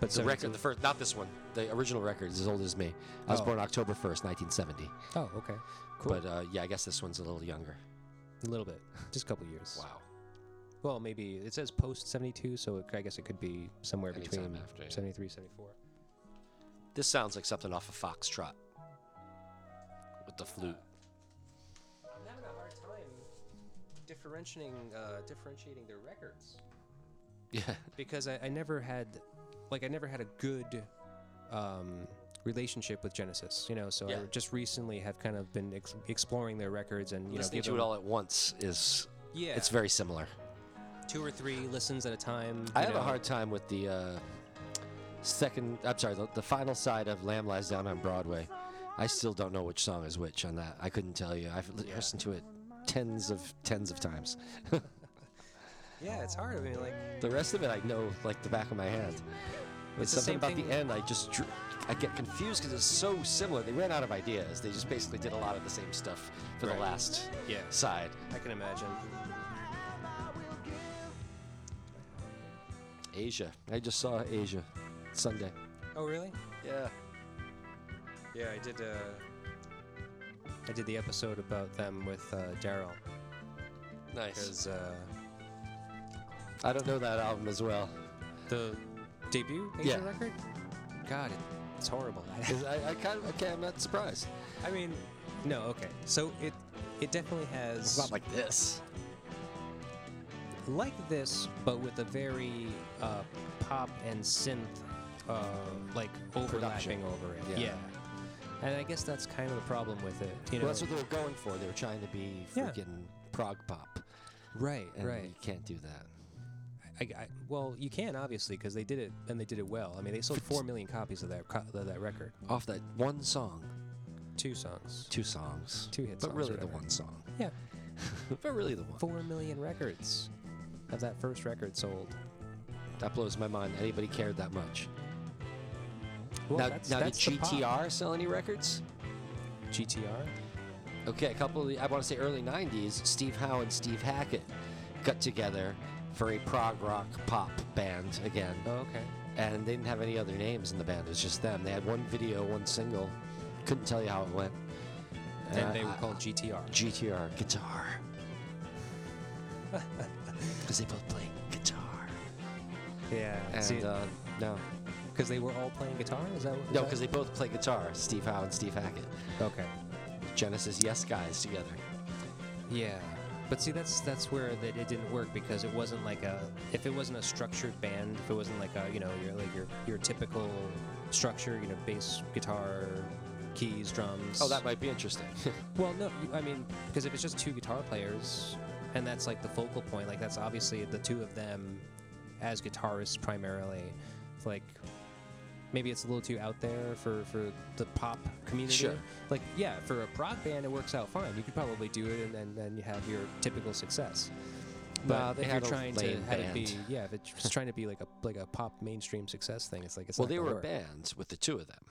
But
The record,
72
the first, not this one. The original record is as old as me. I was
Oh.
born October 1st, 1970.
Oh, okay. Cool.
But uh, yeah, I guess this one's a little younger.
a little bit. Just a couple years.
Wow.
Well, maybe it says post 72, so it, I guess it could be somewhere
Anytime
between
after, yeah.
73, 74.
This sounds like something off of Foxtrot with the flute.
I'm having a hard time differentiating, uh, differentiating their records
Yeah.
because I, I never had, like, I never had a good um, relationship with Genesis, you know. So I
Yeah.
just recently have kind of been ex- exploring their records and you
Listening
know,
to
give
it
them-
all at once is
Yeah,
it's very similar.
two or three listens at a time.
I
you
have
know.
a hard time with the uh, second. I'm sorry, the, the final side of "Lamb Lies Down on Broadway." I still don't know which song is which on that. I couldn't tell you. I've li- listened to it tens of tens of times.
Yeah, it's hard. I mean, like,
The rest of it, I know like the back of my hand. But
It's the
something
same
about
thing-
the end, I just dr- I get confused because it's so similar. They ran out of ideas. They just basically did a lot of the same stuff for
Right.
the last
yeah,
side.
I can imagine.
Asia. I just saw Asia Sunday.
Oh, really?
Yeah.
Yeah, I did. Uh, I did the episode about them with uh, Daryl
Nice.
because uh,
I don't know that album as well.
the debut Asia
Yeah.
record. God, it, it's horrible.
Is- I, I kind of okay. I'm not surprised.
I mean, no, okay. So it it definitely has
It's not like this.
like this, but with a very uh, pop and synth uh, like overlapping
Production.
over it.
Yeah.
And I guess that's kind of the problem with it. You know,
Well, that's what they were going for. They were trying to be
Yeah.
freaking prog pop,
right,
and
right.
you can't do that.
I, I, well, you can obviously because they did it and they did it well. I mean, they sold four million copies of that co- of that record.
Off that one song,
Two songs,
two songs,
two hit songs.
but really
or
the
whatever.
one song.
Yeah,
but really the one.
four million records of that first record sold.
That blows my mind. that Anybody cared that much?
Well,
now,
that's,
now
that's the
did
pop.
GTR sell any records?
GTR.
Okay, a couple of the, I want to say early 90s, Steve Howe and Steve Hackett got together for a prog rock pop band again.
Oh, okay.
And they didn't have any other names in the band. It was just them. They had one video, one single. Couldn't tell you how it went.
And
Uh,
they were
I-
called GTR.
GTR guitar. Because they both play guitar.
Yeah.
And uh, no,
because they were all playing guitar. Is that what?
no, because they both play guitar. Steve Howe and Steve Hackett,
they. Okay.
Genesis Yes guys together.
Yeah. But see, that's that's where that it didn't work because it wasn't like a if it wasn't a structured band, if it wasn't like a you know your like your your typical structure, you know, bass, guitar, keys, drums.
Oh, that might be interesting.
Well, no, you- I mean, because if it's just two guitar players, and that's like the focal point, like that's obviously the two of them as guitarists primarily. It's Like, maybe it's a little too out there for for the pop community.
Sure.
Like, yeah, for a prog band, it works out fine. You could probably do it, and then then you have your typical success. But
Nah, they
if
had a
you're trying to
lame
have it be,
band.
yeah, if it's trying to be like a like a pop mainstream success thing, it's like it's
well,
not
they
gonna
were a
work.
band with the two of them.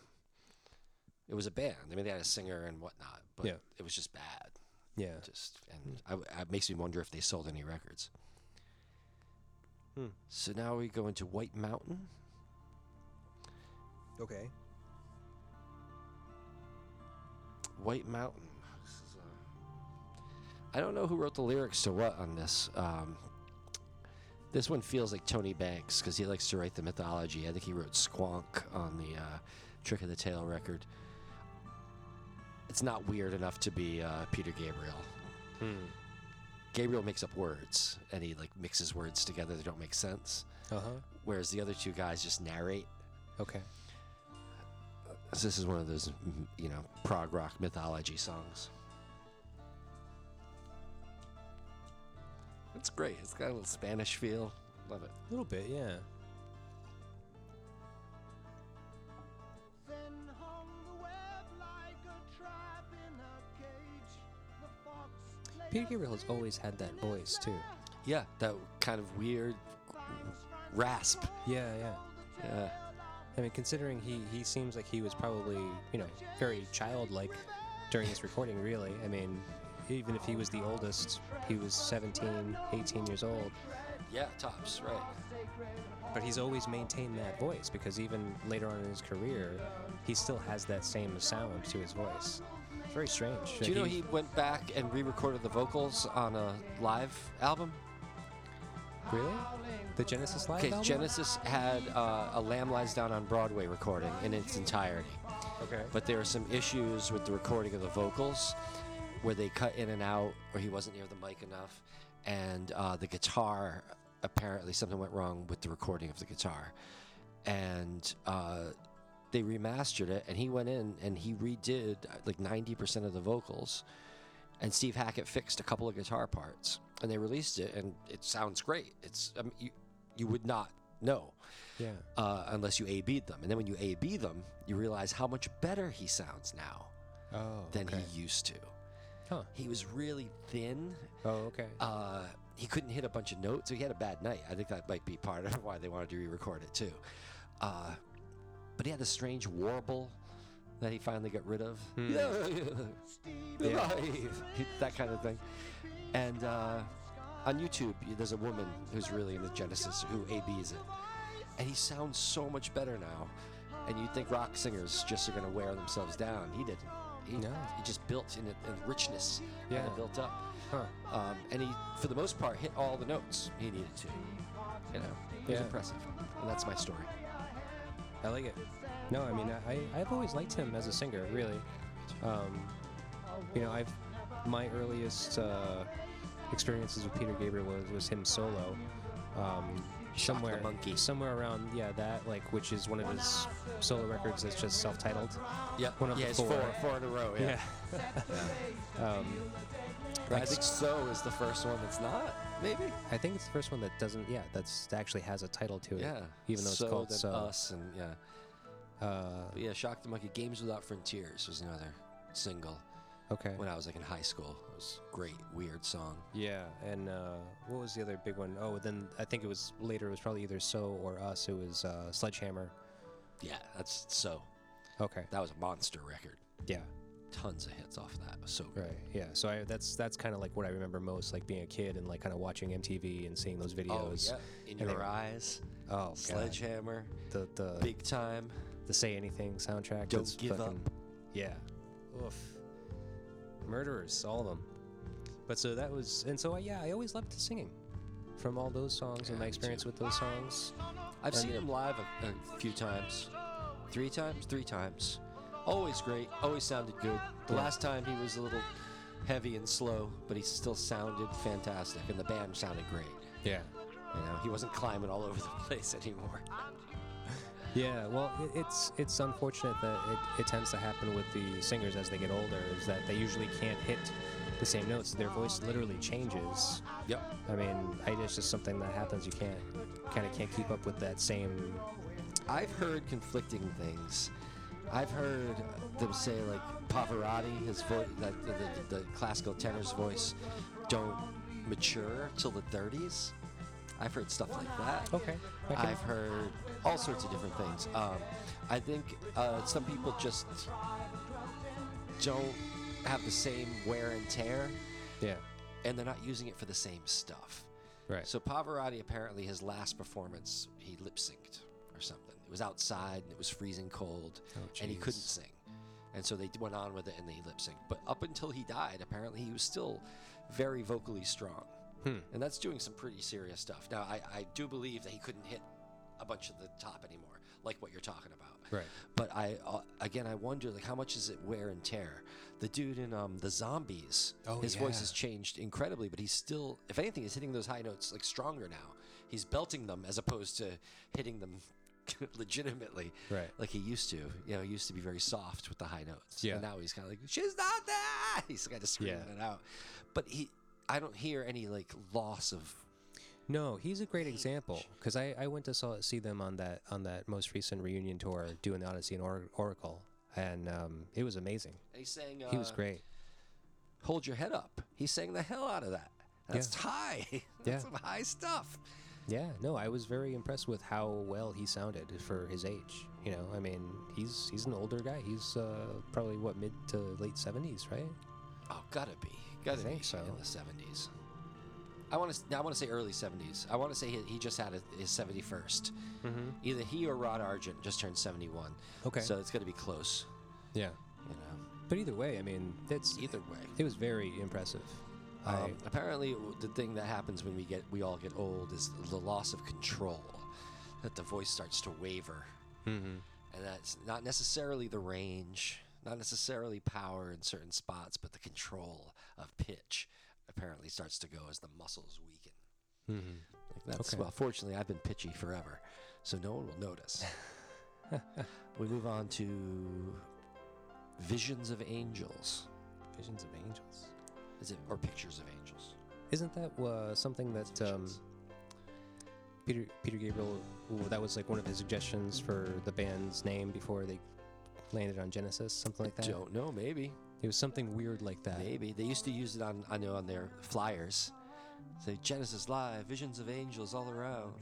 It was a band. I mean, they had a singer and whatnot, but
Yeah.
it was just bad.
Yeah.
Just and I, I- it makes me wonder if they sold any records.
Hmm.
So now we go into White Mountain.
Okay.
White Mountain. This is, uh, I don't know who wrote the lyrics to what on this. Um, this one feels like Tony Banks because he likes to write the mythology. I think he wrote Squonk on the uh, Trick of the Tail record. It's not weird enough to be uh, Peter Gabriel.
Hmm.
Gabriel makes up words and he like mixes words together that don't make sense,
Uh huh.
whereas the other two guys just narrate.
Okay.
So this is one of those, mm, you know, prog rock mythology songs. It's great. It's got a little Spanish feel. Love it.
A little bit, yeah.
Then hung the web like a trap in a cage. The fox lay
Peter Gabriel has always had that voice too.
Yeah, that kind of weird rasp.
Yeah, yeah.
Yeah.
I mean, considering he he seems like he was probably you know very childlike during this recording. Really, I mean, even if he was the oldest, he was 17, 18 years old.
Yeah, tops, right.
But he's always maintained that voice because even later on in his career, he still has that same sound to his voice. It's very strange.
Do you know he went back and re recorded the vocals on a live album?
really the Genesis live
Okay,
album?
Genesis had uh, a Lamb Lies Down on Broadway recording in its entirety.
Okay.
but there are some issues with the recording of the vocals where they cut in and out or he wasn't near the mic enough and uh, the guitar apparently something went wrong with the recording of the guitar and uh, they remastered it and he went in and he redid uh, like 90% of the vocals and steve hackett fixed a couple of guitar parts and they released it and it sounds great it's I mean, you, you would not know
yeah.
uh, unless you A-B'd them. And then when you A-B them, you realize how much better he sounds now
Oh.
than
okay.
he used to.
Huh.
He was really thin.
Oh, okay.
Uh, he couldn't hit a bunch of notes, so he had a bad night. I think that might be part of why they wanted to re-record it too. Uh, but he had this strange warble that he finally got rid of. that kind of thing. And uh, on YouTube, y- there's a woman who's really into Genesis who ABs it. And he sounds so much better now. And you'd think rock singers just are going to wear themselves down. He didn't. He,
No.
he just built in it, in richness yeah.
Yeah.
built up.
Huh.
Um, and he, for the most part, hit all the notes he needed to. You know, it was
Yeah.
impressive. And that's my story.
I like it. No, I mean, I, I- I've always liked him as a singer, really. Um, you know, I've my earliest uh, experiences with Peter Gabriel was, was him solo. Um,
Shock the
somewhere,
Monkey.
somewhere around, yeah, that like, which is one of his solo records that's just self-titled.
Yeah,
One of
yeah,
the
it's four.
four.
four, in a row. Yeah,
um,
I think so is the first one that's not. Maybe.
I think it's the first one that doesn't. Yeah, that's that actually has a title to it.
Yeah,
Even though it's
So
called
Then
so.
Us and yeah,
Uh,
but yeah, Shock the Monkey. Games Without Frontiers was another single
okay.
when I was like in high school. It was a great, weird song.
Yeah, and uh, what was the other big one? Oh, then I think it was later. It was probably either So or Us. It was uh, Sledgehammer.
Yeah, that's so.
Okay.
That was a monster record.
Yeah.
Tons of hits off that. It was so good.
Right. Yeah. So I, that's that's kind of like what I remember most, like being a kid and like kind of watching MTV and seeing those
Oh
videos.
yeah, in
and
your
they-
eyes,
Oh, God.
Sledgehammer,
The the
Big Time.
the Say Anything soundtrack.
Don't
that's
Give
fucking, Yeah. Oof. Murderers, all of them. But so that was, and so I, yeah, I always loved singing from all those songs and my
me
experience with those songs.
I've seen him live a, a few times. Three times? Three times. Always great. Always sounded good. The last time he was a little heavy and slow, but he still sounded fantastic, and the band sounded great.
Yeah.
You know, he wasn't climbing all over the place anymore.
Yeah, well, i- it's it's unfortunate that it, it tends to happen with the singers as they get older. Is that they usually can't hit the same notes. Their voice literally changes.
Yep.
I mean, I, it's just something that happens. You can't kind of can't keep up with that same.
I've heard conflicting things. I've heard them say like Pavarotti, his voice, that the, the, the classical tenor's voice, don't mature till the 30s. I've heard stuff like that.
Okay, I can-
I've heard all sorts of different things. Um, I think uh, some people just don't have the same wear and tear,
yeah,
and they're not using it for the same stuff.
right.
So Pavarotti apparently his last performance he lip synced or something. It was outside and it was freezing cold,
Oh,
and he couldn't sing. And so they went on with it and they lip synced. But up until he died, apparently he was still very vocally strong.
Hmm.
And that's doing some pretty serious stuff. Now, I, I do believe that he couldn't hit a bunch of the top anymore, like what you're talking about.
Right.
But I, uh, again, I wonder like how much is it wear and tear? The dude in um, the zombies,
Oh,
his voice
yeah.
has changed incredibly, but he's still, if anything, is hitting those high notes like stronger now. He's belting them as opposed to hitting them legitimately,
Right.
Like he used to. You know, he used to be very soft with the high notes.
Yeah.
And now he's kind of like, she's not there. He's kind of screaming
Yeah.
it out. But he, I don't hear any like loss of.
No, he's a great example because I, I went to saw, see them on that on that most recent reunion tour doing the Odyssey and or- Oracle, and um, it was amazing.
And he's saying uh,
He was great.
Hold your head up. He sang the hell out of that. That's
Yeah.
high.
Yeah.
That's some high stuff.
Yeah, no, I was very impressed with how well he sounded for his age. You know, I mean, he's he's an older guy. He's uh, probably what mid to late seventies, right?
Oh, gotta be, gotta
think
be
so.
in the seventies. I want to. I want to say early seventies. I want to say he, he just had a, his seventy Mm-hmm. Either he or Rod Argent just turned seventy one.
Okay.
So it's gonna be close.
Yeah,
You know.
but either way, I mean, that's
Either way.
it was very impressive. I-
Um, apparently, w- the thing that happens when we get we all get old is the loss of control, that the voice starts to waver, and that's not necessarily the range, not necessarily power in certain spots, but the control of pitch apparently starts to go as the muscles weaken. Like that's
Mm-hmm. Okay.
well, fortunately, I've been pitchy forever, so no one will notice. we move on to visions of angels,
Visions of Angels.
is it or pictures of angels?
Isn't that uh, something that um,
Visions.
Peter Peter Gabriel? w- That was like one of his suggestions for the band's name before they landed on Genesis, something like that.
Don't know, maybe.
It was something weird like that.
Maybe they used to use it on I know on their flyers. Say Genesis live, visions of angels all around.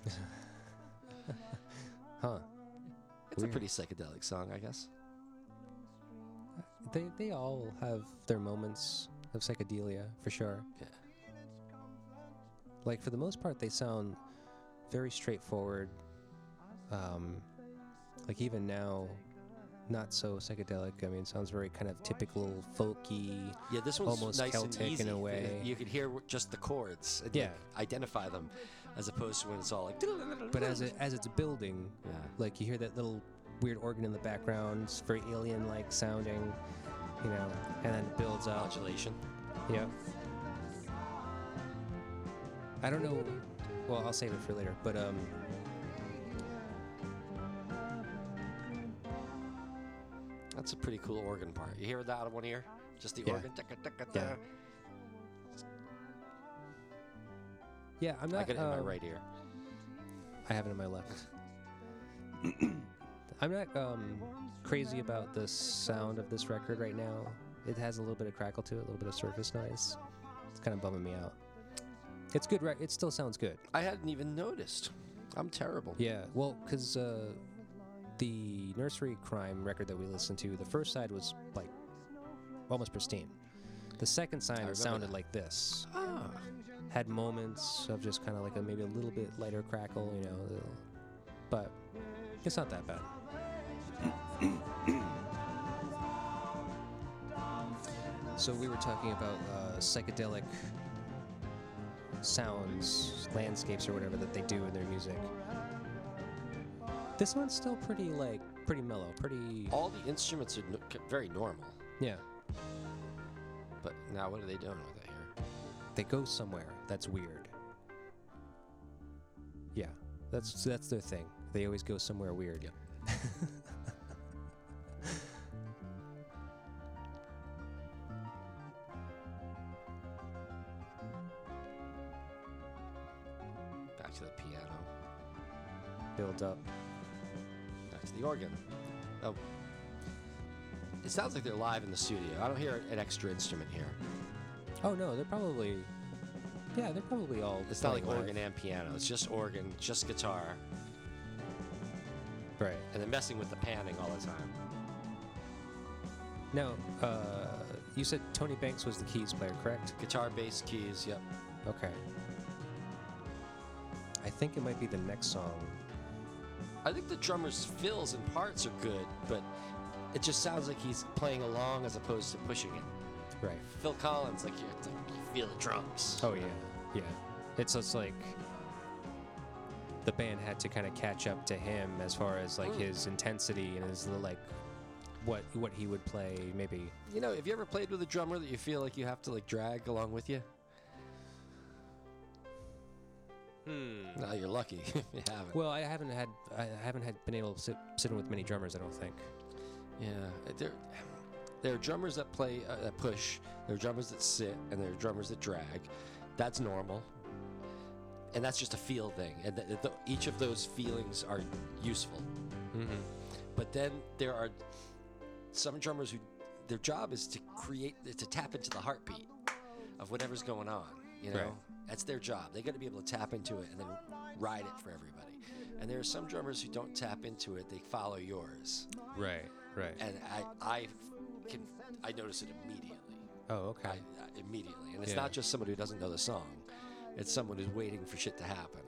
Huh?
It's
Weird.
a pretty psychedelic song, I guess.
They they all have their moments of psychedelia for sure.
Yeah.
Like for the most part, they sound very straightforward. Um, like even now, not so psychedelic. I mean, it sounds very kind of typical folky.
Yeah, this one's
Almost
nice and
Celtic in
easy.
a way.
You can hear w- just the chords and like,
Yeah.
identify them, as opposed to when it's all like.
But as it as it's building,
Yeah.
like you hear that little weird organ in the background. It's very alien-like sounding, you know, and then it builds up.
modulation.
Yep. I don't know. Well, I'll save it for later. But um.
That's a pretty cool organ part. You hear that out of one ear? Just the
Yeah.
organ. Tucka, tucka,
Yeah.
tuck.
Yeah, I'm not.
I got it in my
um,
right ear.
I have it in my left. I'm not um, crazy about the sound of this record right now. It has a little bit of crackle to it, a little bit of surface noise. It's kind of bumming me out. It's good. Rec- it still sounds good.
I hadn't even noticed. I'm terrible.
Yeah, well, because uh, the Nursery Crime record that we listened to, the first side was like almost pristine. The second side
remember
sounded
that.
like this.
Ah,
Had moments of just kind of like a maybe a little bit lighter crackle, you know, the- but it's not that bad. so we were talking about uh, psychedelic sounds, landscapes, or whatever that they do in their music. This one's still pretty like pretty mellow, pretty
all the instruments are no- very normal,
yeah.
but now what are they doing with it here?
They go somewhere that's weird. Yeah, that's that's their thing. They always go somewhere weird.
Yep. Back to the piano.
Build up.
Back to the organ. Oh. It sounds like they're live in the studio. I don't hear an extra instrument here.
Oh no, they're probably. Yeah, they're probably all.
It's not like
playing
organ
live.
and piano. It's just organ, just guitar,
Right.
and they're messing with the panning all the time.
Now, uh, you said Tony Banks was the keys player, correct?
Guitar, bass, keys, yep.
Okay. I think it might be the next song.
I think the drummer's fills and parts are good, but it just sounds like he's playing along as opposed to pushing it.
Right.
Phil Collins, like you, you feel the drums.
Oh yeah, yeah. It's just like the band had to kind of catch up to him as far as like his intensity and his like what what he would play maybe.
You know, have you ever played with a drummer that you feel like you have to like drag along with you?
Hmm.
No, you're lucky if you haven't.
Well, I haven't had I haven't had been able to sit, sit in with many drummers. I don't think.
yeah, there, there are drummers that play uh, that push. There are drummers that sit, and there are drummers that drag. That's normal, and that's just a feel thing. And th- th- each of those feelings are useful.
Mm-hmm.
But then there are some drummers who their job is to create to tap into the heartbeat of whatever's going on. You know,
Right.
that's their job. They got to be able to tap into it and then ride it for everybody. And there are some drummers who don't tap into it; they follow yours.
Right. Right.
And I, I can I notice it immediately.
Oh okay.
I, I- immediately, and it's
Yeah.
not just somebody who doesn't know the song; it's someone who's waiting for shit to happen.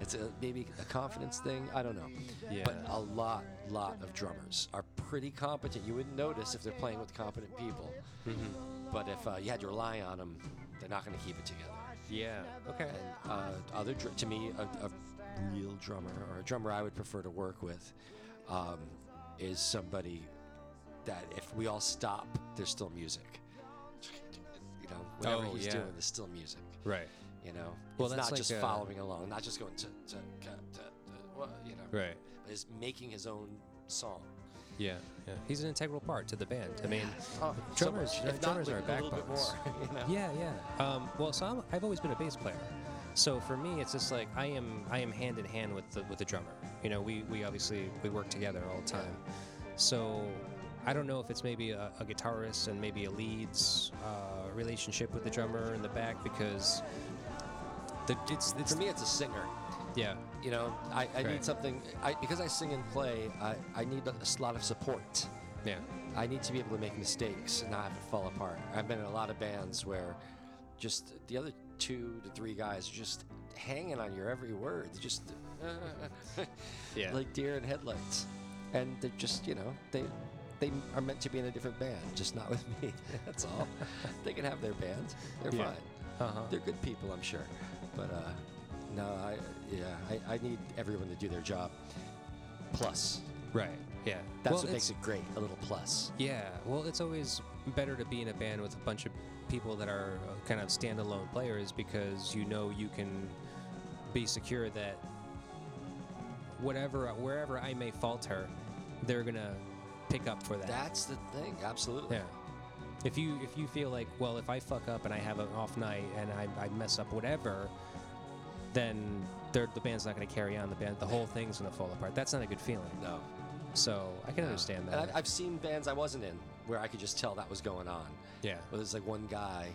it's a, maybe a confidence thing. I don't know.
yeah.
But a lot, lot of drummers are pretty competent. You wouldn't notice if they're playing with competent people.
Mm-hmm.
But if uh, you had to rely on them, they're not going to keep it together.
yeah. Okay.
And uh, other, dr- to me, a, a real drummer or a drummer I would prefer to work with um, is somebody that if we all stop, there's still music. You know, whatever
Oh,
he's
yeah.
doing, there's still music.
Right.
You know,
Well,
it's
that's like
not
uh,
just
a-
following along, not just going to, to, to, to, well, you know
Right.
is making his own song.
Yeah. Yeah. He's an integral part to the band. I mean,
Oh,
drummers,
if not,
drummers
with
are
a little bit
backbones.
more. you know?
Yeah, yeah. Um, well, so I'm, I've always been a bass player, so for me, it's just like I am I am hand in hand with the with the drummer. You know, we we obviously we work together all the time. So I don't know if it's maybe a, a guitarist and maybe a leads uh, relationship with the drummer in the back because the it's it's
For me, it's a singer.
yeah
You know, I, I
Right.
need something I, because I sing and play. I, I need a, s- lot of support.
yeah
I need to be able to make mistakes and not have it fall apart. I've been in a lot of bands where just the other two to three guys are just hanging on your every word. They're just uh,
yeah
like deer in headlights, and they're just you know they. They are meant to be in a different band, just not with me. That's all. they can have their band. They're
Yeah.
fine.
uh-huh.
They're good people, I'm sure. But uh, no, I yeah, I, I need everyone to do their job. Plus,
right yeah Well,
that's what
it's-
makes it great. A little plus.
Yeah, well, it's always better to be in a band with a bunch of people that are uh, kind of standalone players because you know you can be secure that whatever wherever I may falter, they're gonna pick up for that.
That's the thing. Absolutely.
yeah. If you if you feel like well if I fuck up and I have an off night and I, I mess up whatever, then they're- the band's not gonna carry on. The band the whole thing's gonna fall apart. That's not a good feeling.
No.
So I can
no.
understand
And
that.
I, I've seen bands I wasn't in where I could just tell that was going on.
yeah.
Where there's like one guy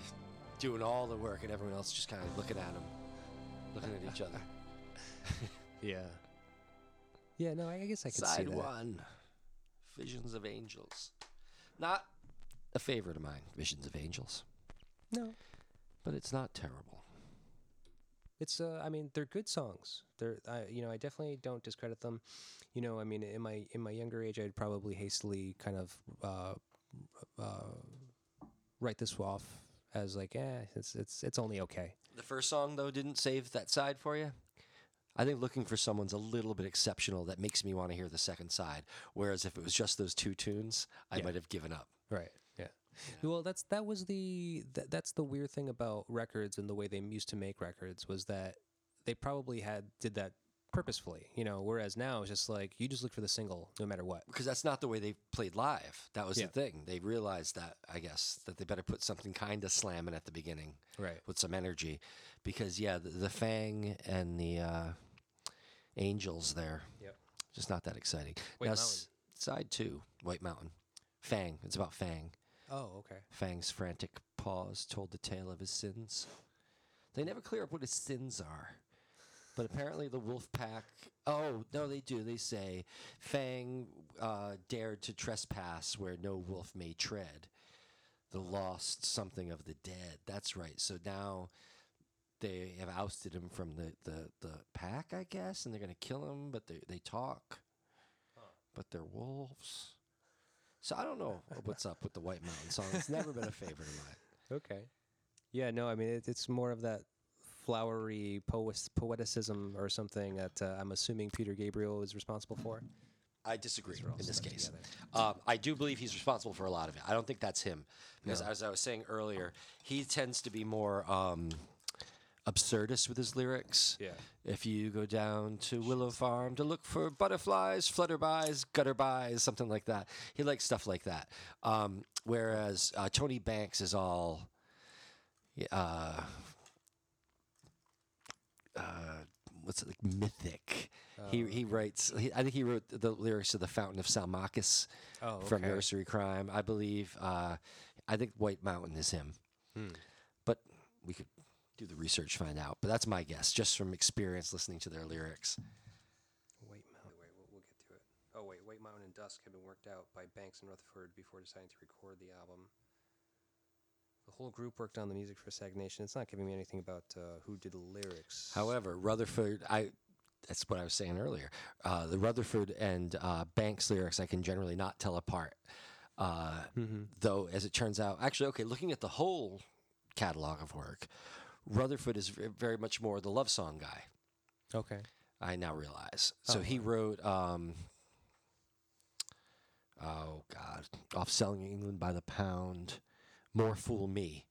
doing all the work and everyone else just kind of looking at him, looking at each other.
Yeah. Yeah, no, I I guess I could
Side
see that.
one, Visions of Angels. Not a favorite of mine, Visions of Angels,
No,
but it's not terrible.
it's uh, I mean, they're good songs. They're, I, you know, I definitely don't discredit them. You know, I mean, in my in my younger age, I'd probably hastily kind of uh, uh, write this off as like, eh, it's it's it's only okay.
The first song though didn't save that side for you. I think looking for someone's a little bit exceptional that makes me want to hear the second side. Whereas if it was just those two tunes, I
Yeah.
might have given up.
Right. Yeah. Well, that's that was the that, that's the weird thing about records and the way they used to make records was that they probably had did that purposefully, you know. Whereas now it's just like you just look for the single no matter what.
Because that's not the way they played live. That was
Yeah.
the thing. They realized that, I guess, that they better put something kind of slamming at the beginning
Right.
with some energy. Because, yeah, the, the Fang and the uh, Angels there,
Yep.
just not that exciting.
White
now, s- side two, White Mountain. Fang. It's about Fang.
Oh, okay.
Fang's frantic paws told the tale of his sins. They never clear up what his sins are. But apparently, the wolf pack. Oh, no, they do. They say Fang uh, dared to trespass where no wolf may tread. The lost something of the dead. That's right. So now they have ousted him from the, the, the pack, I guess, and they're going to kill him, but they, they talk. But they're wolves. So I don't know what's up with the White Mountain song. It's never been a favorite of mine.
Okay. Yeah, no, I mean it, it's more of that flowery poes- poeticism or something that uh, I'm assuming Peter Gabriel is responsible for.
I disagree in this case. Um, I do believe he's responsible for a lot of it. I don't think that's him because, as I was saying earlier, he tends to be more um, absurdist with his lyrics.
Yeah.
If you go down to Willow Farm to look for butterflies, flutterbys, gutterbys, something like that, he likes stuff like that. Um, whereas uh, Tony Banks is all. y- Uh, uh, what's it like mythic. he he writes. He, I think he wrote the lyrics to the Fountain of Salmachus
Oh,
from
okay.
Nursery Crime. I believe. Uh, I think White Mountain is him,
Hmm.
but we could do the research find out. But that's my guess, just from experience listening to their lyrics.
White Mountain. Wait, we'll, we'll get to it. Oh wait, White Mountain and Dusk have been worked out by Banks and Rutherford before deciding to record the album.
The whole group worked on the music for Stagnation. It's not giving me anything about uh, who did the lyrics.
However, Rutherford, I. That's what I was saying earlier. Uh, the Rutherford and uh, Banks lyrics I can generally not tell apart. Uh, Though, as it turns out, actually, okay, looking at the whole catalog of work, Rutherford is v- very much more the love song guy.
Okay.
I now realize. So he wrote, um, oh God, off selling England by the pound. More fool me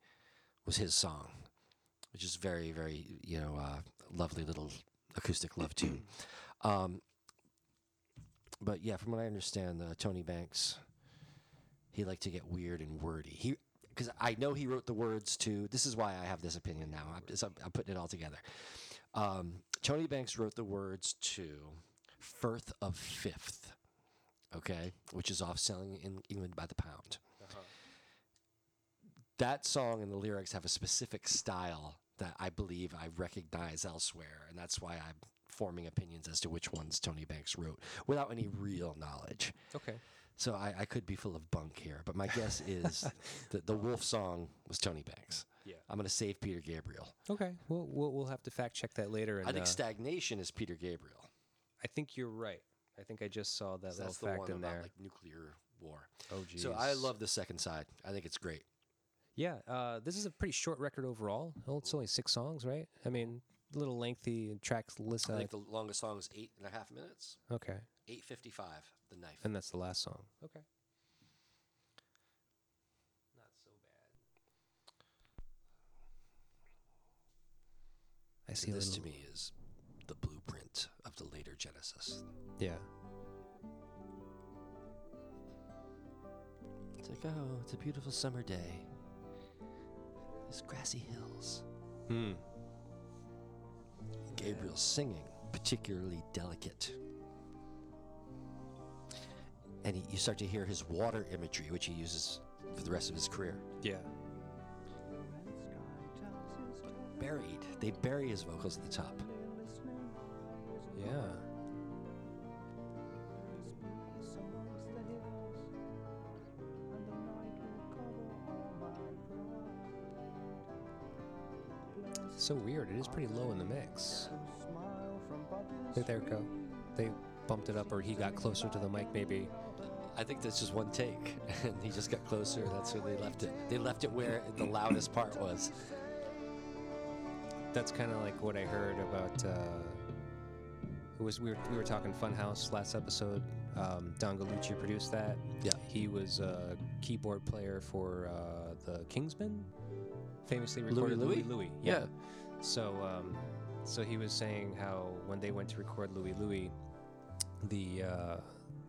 was his song, which is very, very you know, uh, lovely little acoustic love tune. Um, but yeah, from what I understand, uh, Tony Banks, he liked to get weird and wordy. He because I know he wrote the words to. This is why I have this opinion now. I'm, just- I'm, I'm putting it all together. Um, Tony Banks wrote the words to Firth of Fifth, okay, which is off selling in England by the pound. That song and the lyrics have a specific style that I believe I recognize elsewhere, and that's why I'm forming opinions as to which ones Tony Banks wrote without any real knowledge.
Okay.
So I, I could be full of bunk here, but my guess is that the Wolf song was Tony Banks.
Yeah.
I'm going to save Peter Gabriel.
Okay. We'll, we'll we'll have to fact check that later. And
I think
uh,
Stagnation is Peter Gabriel.
I think you're right. I think I just saw that
So
little
that's the
fact
one
in
about
there.
like nuclear war.
oh, geez.
So I love the second side. I think it's great.
Yeah, uh, this is a pretty short record overall. Well, it's only six songs, right? I mean, a little lengthy and tracks list.
I
uh,
think the longest song is eight and a half minutes.
okay,
Eight fifty five. The knife.
and that's the last song. Okay.
Not so bad.
I see a
this to
little-
me is the blueprint of the later Genesis.
Yeah.
It's like, oh, it's a beautiful summer day. There's grassy hills.
Hmm.
Gabriel's singing, particularly delicate. And he, you start to hear his water imagery, which he uses for the rest of his career.
Yeah.
Buried. They bury his vocals at the top.
Yeah. So weird. It is pretty low in the mix. Look, there it go. They bumped it up, or he got closer to the mic, maybe.
I think that's just one take, and he just got closer. That's where they left it. They left it where the loudest part was.
That's kind of like what I heard about. Uh, it was we were, we were talking Funhouse last episode. Um, Don Gallucci produced that.
Yeah.
He was a keyboard player for uh, the Kingsmen, famously
Louis
recorded Louis
Louis?
Louis.
Yeah.
So, um, so he was saying how when they went to record Louis Louis, the uh,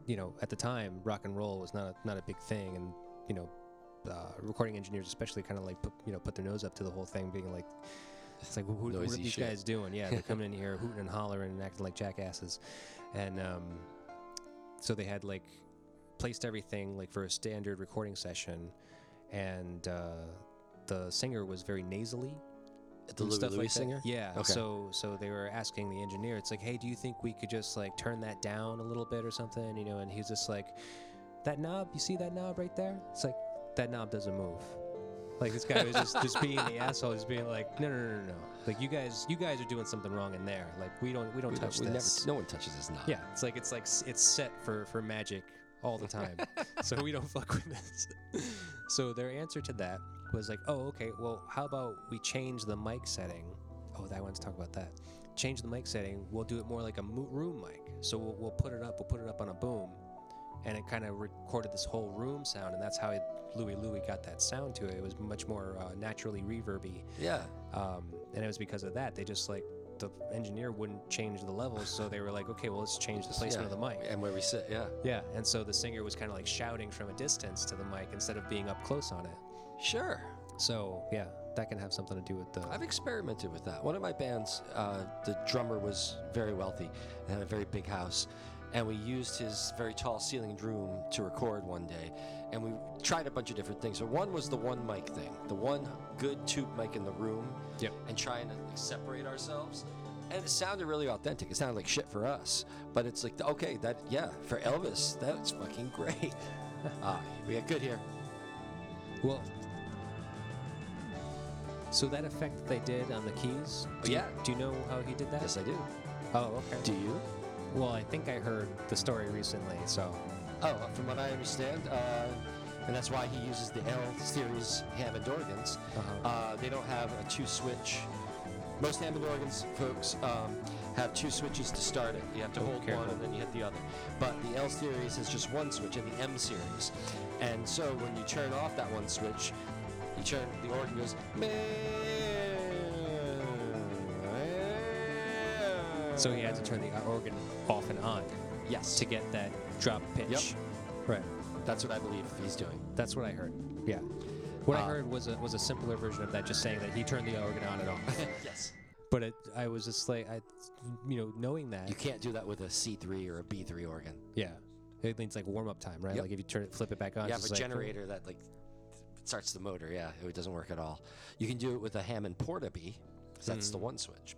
you know at the time rock and roll was not a, not a big thing, and you know uh, recording engineers especially kind of like put, you know put their nose up to the whole thing, being like. It's like, who, what are
Noisy
these
shit.
guys doing? Yeah, they're coming in here hooting and hollering and acting like jackasses. And um, so they had like placed everything like for a standard recording session. And uh, the singer was very nasally
The
and
Louis
stuff
Louis
like that.
singer.
Yeah.
Okay.
So so they were asking the engineer, it's like, hey, do you think we could just like turn that down a little bit or something? You know, and he's just like, that knob, you see that knob right there? It's like that knob doesn't move. Like this guy was just, just being the asshole, just being like, no, no, no, no, no. Like you guys, you guys are doing something wrong in there. Like we don't, we don't
We
touch
don't- we never-
this.
no one touches this knob.
yeah, it's like it's like s- it's set for for magic all the time. so we don't fuck with this. so their answer to that was like, oh, okay. Well, how about we change the mic setting? Oh, that one's talk about that. Change the mic setting. We'll do it more like a mo- room mic. So we'll, we'll put it up. We'll put it up on a boom, and it kind of recorded this whole room sound, and that's how it, Louie Louie got that sound to it. It was much more uh, naturally reverby.
Yeah.
Um, and it was because of that. They just like the engineer wouldn't change the levels, so they were like, okay, well, let's change the placement
yeah.
of the mic.
And where we sit, yeah.
Yeah, and so the singer was kind of like shouting from a distance to the mic instead of being up close on it.
Sure.
So yeah, that can have something to do with the.
I've experimented with that. One of my bands, uh, the drummer was very wealthy and had a very big house. And we used his very tall ceilinged room to record one day. And we tried a bunch of different things. So, one was the one mic thing, the one good tube mic in the room,
Yep.
and trying to like, separate ourselves. And it sounded really authentic. It sounded like shit for us. But it's like, okay, that, yeah, for Elvis, that's fucking great. Ah, we got good here.
Well. So that effect that they did on the keys. do you-
Yeah.
do you know how he did that?
Yes, I do.
Oh, okay.
Do you?
well, I think I heard the story recently, so
Oh, from what I understand, uh, and that's why he uses the L series Hammond organs.
Uh-huh.
uh they don't have a two switch. Most Hammond organs, folks, um, have two switches to start it. You have to
Oh,
hold
careful.
one and then you hit the other. But the L series has just one switch, and the M series. And so when you turn off that one switch, you turn the organ goes.
so he had to turn the organ off and on
Yes,
to get that drop pitch. Right.
that's what I believe he's doing.
That's what I heard. Yeah. What I
Uh,
heard was a was a simpler version of that, just saying that he turned the organ on and off.
yes.
but it, I was just like, I, you know, knowing that.
You can't do that with a C3 or a B3 organ.
Yeah. It means like warm up time, right?
Yep.
Like if you turn it, flip it back on.
you
it's
have a
just like,
generator that like starts the motor. Yeah, it doesn't work at all. You can do it with a Hammond Portabee. 'cause That's
Mm-hmm.
the one switch.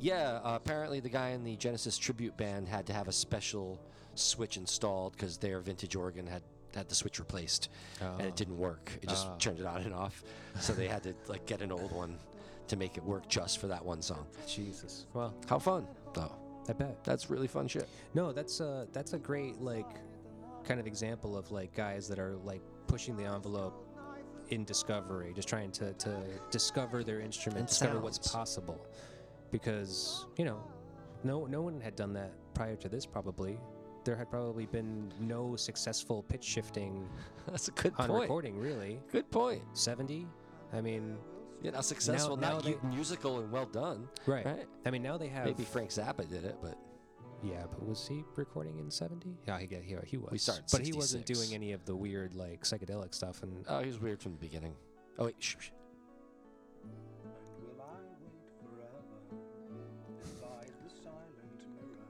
Yeah, uh, apparently the guy in the Genesis tribute band had to have a special switch installed because their vintage organ had had the switch replaced,
Oh,
and it didn't work. It just
Ah.
turned it on and off. So they had to like get an old one to make it work just for that one song.
Jesus. Well,
How fun though.
I bet.
That's really fun shit.
No, that's a that's a great like kind of example of like guys that are like pushing the envelope in discovery, just trying to to discover their instrument,
And
discover what's
sounds.
possible. Because you know, no no one had done that prior to this probably. There had probably been no successful pitch shifting
That's a good
on
point.
recording, really.
Good point.
Seventy, I mean,
You know, successful,
now
not
they-
u- musical and well done.
right?
Right.
I mean, now they have
Maybe Frank Zappa did it, but
Yeah, but was he recording in '70? Yeah, he got he, he was.
started
but he wasn't
66.
doing any of the weird like psychedelic stuff. And uh,
oh, he was weird from the beginning. Oh wait, shh, shh.
Will I wait forever inside the silent mirror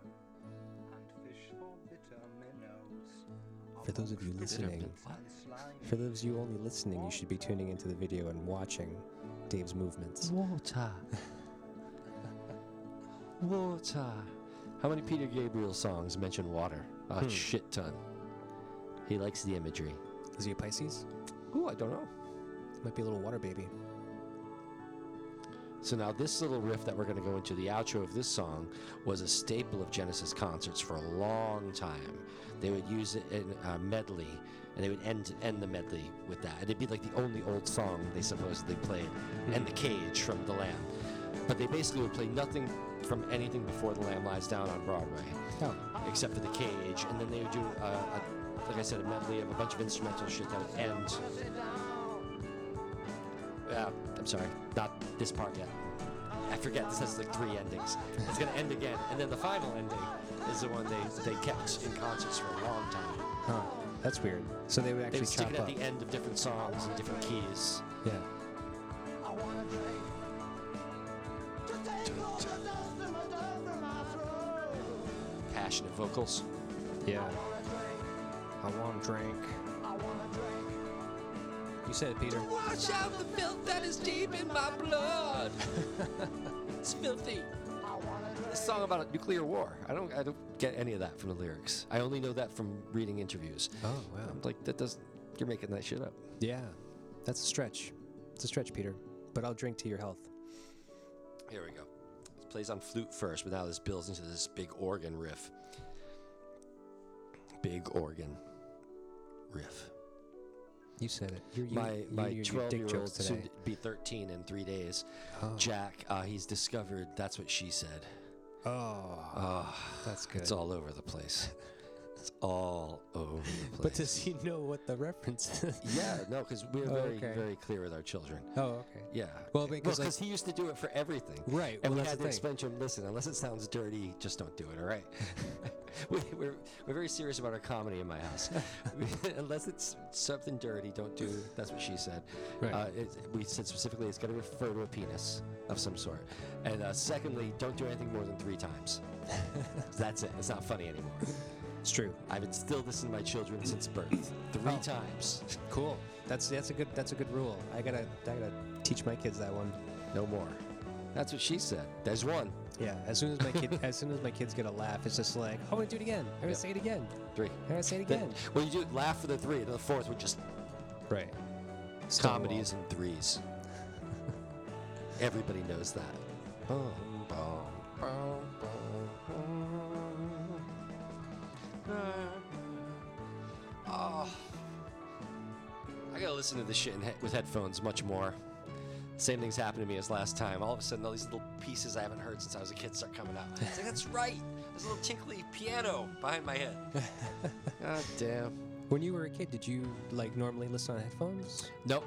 and fish for bitter minnows?
for those of you listening, for those of you only listening, you should be tuning into the video and watching Dave's movements.
Water. water. How many Peter Gabriel songs mention water? A
Hmm.
shit ton. He likes the imagery.
Is he a Pisces?
Ooh, I don't know.
Might be a little water baby.
So now this little riff that we're going to go into the outro of this song was a staple of Genesis concerts for a long time. They would use it in a medley, and they would end end the medley with that. And it'd be like the only old song they supposedly played, and the cage from The Lamb. But they basically would play nothing from anything before The Lamb Lies Down on Broadway,
Oh,
except for the cage. And then they would do, a, a, like I said, a medley of a bunch of instrumental shit that would end. Uh, I'm sorry, not this part yet. I forget. This has like three endings. It's gonna end again, and then the final ending is the one they, they kept in concerts for a long time.
huh. That's weird. So they would
They
actually
would stick
chop
it
up.
at the end of different songs and different keys.
Yeah.
Passionate vocals.
Yeah. I want a drink. You said it, Peter.
Wash out the filth that is deep in my blood.
It's filthy. A song about a nuclear war. I don't I don't get any of that from the lyrics. I only know that from reading interviews.
Oh wow.
I'm like that doesn't You're making that shit up.
Yeah, that's a stretch. It's a stretch, Peter. But I'll drink to your health.
Here we go. This plays on flute first, but now this builds into this big organ riff. Big organ riff.
You said it. You're, you,
my
you-
my
your- your
twelve
dick
year old
jokes
soon
today.
to be thirteen in three days. Jack, uh, he's discovered that's what she said.
Oh, that's good.
Ah. It's all over the place. It's all over the
But
place.
does he know what the reference is?
yeah, no, because we're
Oh,
very
okay.
very clear with our children.
Oh, okay.
Yeah.
Well, because, like-
because he used to do it for everything.
Right,
And
well,
we
that's
had to
the thing.
explain to him, listen, unless it sounds dirty, just don't do it. All right. we, we're we're very serious about our comedy in my house. unless it's something dirty, don't do. That's what she said.
Right.
Uh, it, we said specifically it's going to refer to a penis of some sort. And uh, secondly, don't do anything more than three times. that's it. It's not funny anymore.
It's true.
I've instilled this in my children since birth. Three
Oh.
times.
Cool. That's that's a good that's a good rule. I gotta I gotta teach my kids that one.
No more. That's what she said. There's one.
Yeah. As soon as my kid as soon as my kids get a laugh, it's just like "Oh, I'm gonna do it again. I'm gonna
Yeah.
say it again.
Three.
I'm gonna say it
Then-
again.
well, you do laugh for the three, and the fourth were just
Right.
comedies and threes. Everybody knows that. Bum, bum, bum, bum, bum. Oh, I gotta listen to this shit in he- with headphones much more. Same things happened to me as last time. All of a sudden, all these little pieces I haven't heard since I was a kid start coming out. It's like, that's right. There's a little tinkly piano behind my head. God damn.
When you were a kid, did you like normally listen on headphones?
Nope.